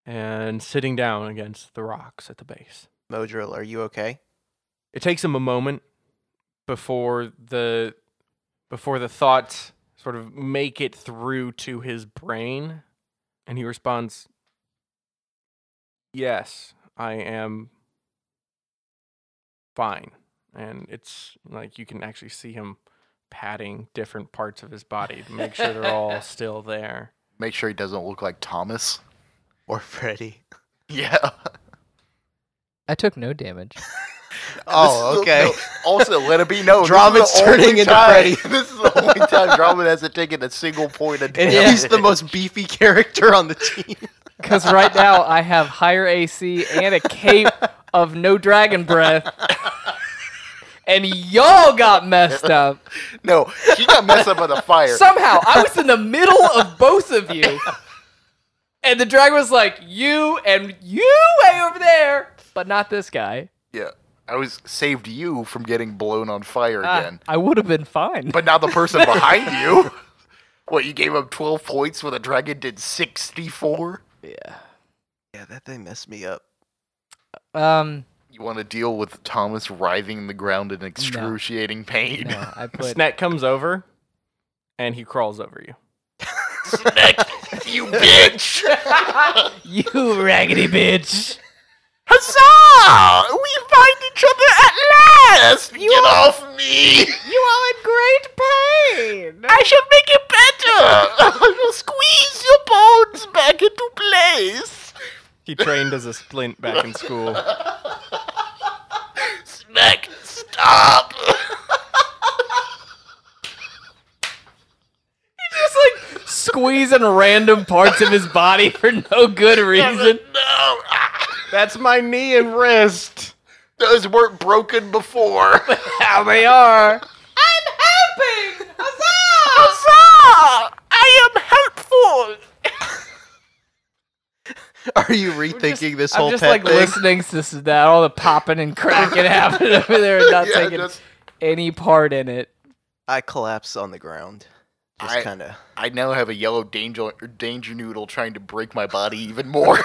Speaker 1: and sitting down against the rocks at the base.
Speaker 3: Modril, are you okay?
Speaker 1: It takes them a moment before the before the thoughts sort of make it through to his brain and he responds yes i am fine and it's like you can actually see him patting different parts of his body to make sure they're all still there
Speaker 2: make sure he doesn't look like Thomas.
Speaker 3: Or Freddy?
Speaker 2: Yeah.
Speaker 4: I took no damage. [laughs]
Speaker 3: Oh,
Speaker 2: [laughs] This is the-
Speaker 3: okay.
Speaker 2: no, also, let it be known.
Speaker 3: Drummond's
Speaker 2: this is the only
Speaker 3: turning into
Speaker 2: time-
Speaker 3: Freddy.
Speaker 2: [laughs] This is the only time Drummond hasn't taken a single point
Speaker 3: [laughs]
Speaker 2: of
Speaker 3: And
Speaker 2: damage.
Speaker 3: he's the most beefy character on the team.
Speaker 4: Because right now I have higher AC and a cape of no dragon breath. And y'all got messed up.
Speaker 2: No, he got messed up by the fire.
Speaker 4: Somehow I was in the middle of both of you. And the dragon was like, you and you way over there, but not this guy.
Speaker 2: yeah. I was saved you from getting blown on fire
Speaker 4: Ah,
Speaker 2: again.
Speaker 4: I would have been fine.
Speaker 2: But now the person behind you. [laughs] What you gave up twelve points when the dragon did sixty-four?
Speaker 4: yeah.
Speaker 3: Yeah, that thing messed me up.
Speaker 4: Um.
Speaker 2: You want to deal with Thomas writhing the ground in excruciating pain?
Speaker 4: No, I put.
Speaker 1: Snack comes over, and he crawls over you.
Speaker 2: you bitch!
Speaker 4: [laughs] you raggedy bitch.
Speaker 2: Huzzah! We find each other at last! Get off me!
Speaker 4: You are in great pain.
Speaker 2: I shall make it better! I will squeeze your bones back into place!
Speaker 1: He trained as a splint back in school.
Speaker 2: Smack! Stop!
Speaker 4: Just like squeezing random parts of his body for no good reason.
Speaker 2: no!
Speaker 1: That's my knee and wrist.
Speaker 2: Those weren't broken before!
Speaker 4: How they are.
Speaker 2: Huzzah! I am helpful!
Speaker 3: Are you rethinking this
Speaker 4: I'm
Speaker 3: whole
Speaker 4: just
Speaker 3: pet
Speaker 4: like
Speaker 3: thing?
Speaker 4: listening to this, that all the popping and cracking [laughs] happening over there, and not
Speaker 2: [laughs] Yeah,
Speaker 4: taking
Speaker 2: just-
Speaker 4: any part in it.
Speaker 3: I collapse on the ground. Just
Speaker 2: I-
Speaker 3: kind of.
Speaker 2: I now have a yellow danger, danger noodle trying to break my body even more.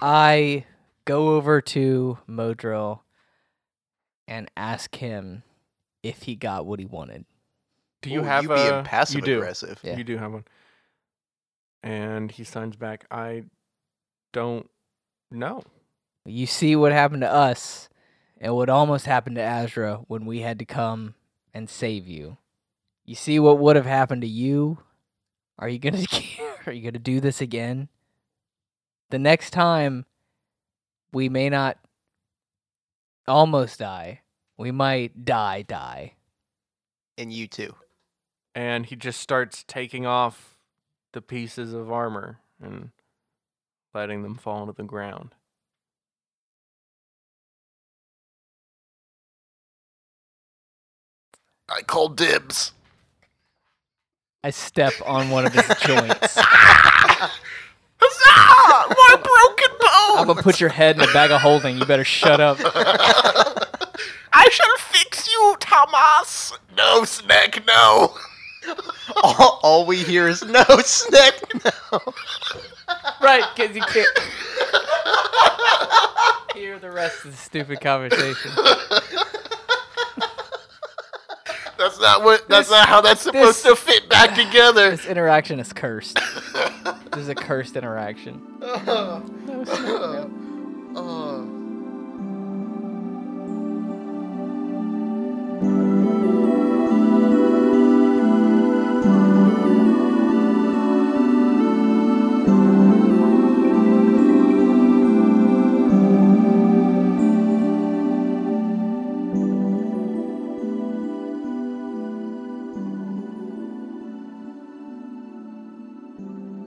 Speaker 4: I go over to Modril and ask him if he got what he wanted.
Speaker 1: Do you have
Speaker 3: you
Speaker 1: a?
Speaker 3: being passive
Speaker 1: you do.
Speaker 3: aggressive?
Speaker 4: Yeah.
Speaker 1: You do have one. And he signs back. I don't know.
Speaker 4: You see what happened to us and what almost happened to Azra when we had to come and save you. You see what would have happened to you? Are you [laughs] going to are you going to do this again? The next time we may not almost die. We might die die.
Speaker 3: And you too.
Speaker 1: And he just starts taking off the pieces of armor and letting them fall to the ground.
Speaker 2: I call dibs.
Speaker 4: I step on one of his joints.
Speaker 2: Huzzah! My broken bone!
Speaker 4: I'm gonna put your head in a bag of holding. You better shut up.
Speaker 2: I shall fix you, Thomas! No, Snack, no!
Speaker 3: All, all we hear is no [laughs] snack. No.
Speaker 4: Right, because you can't [laughs] hear the rest of the stupid conversation.
Speaker 2: That's not what. That's not how that's supposed to fit back together.
Speaker 4: This interaction is cursed. This is a cursed interaction.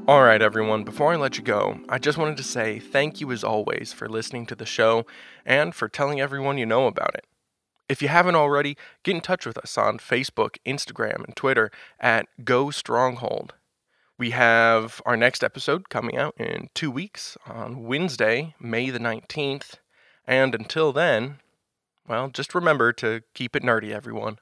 Speaker 1: All right, everyone, before I let you go, I just wanted to say thank you as always for listening to the show and for telling everyone you know about it. If you haven't already, get in touch with us on Facebook, Instagram, and Twitter at Go Stronghold. We have our next episode coming out in two weeks on Wednesday, May the 19th. And until then, well, just remember to keep it nerdy, everyone.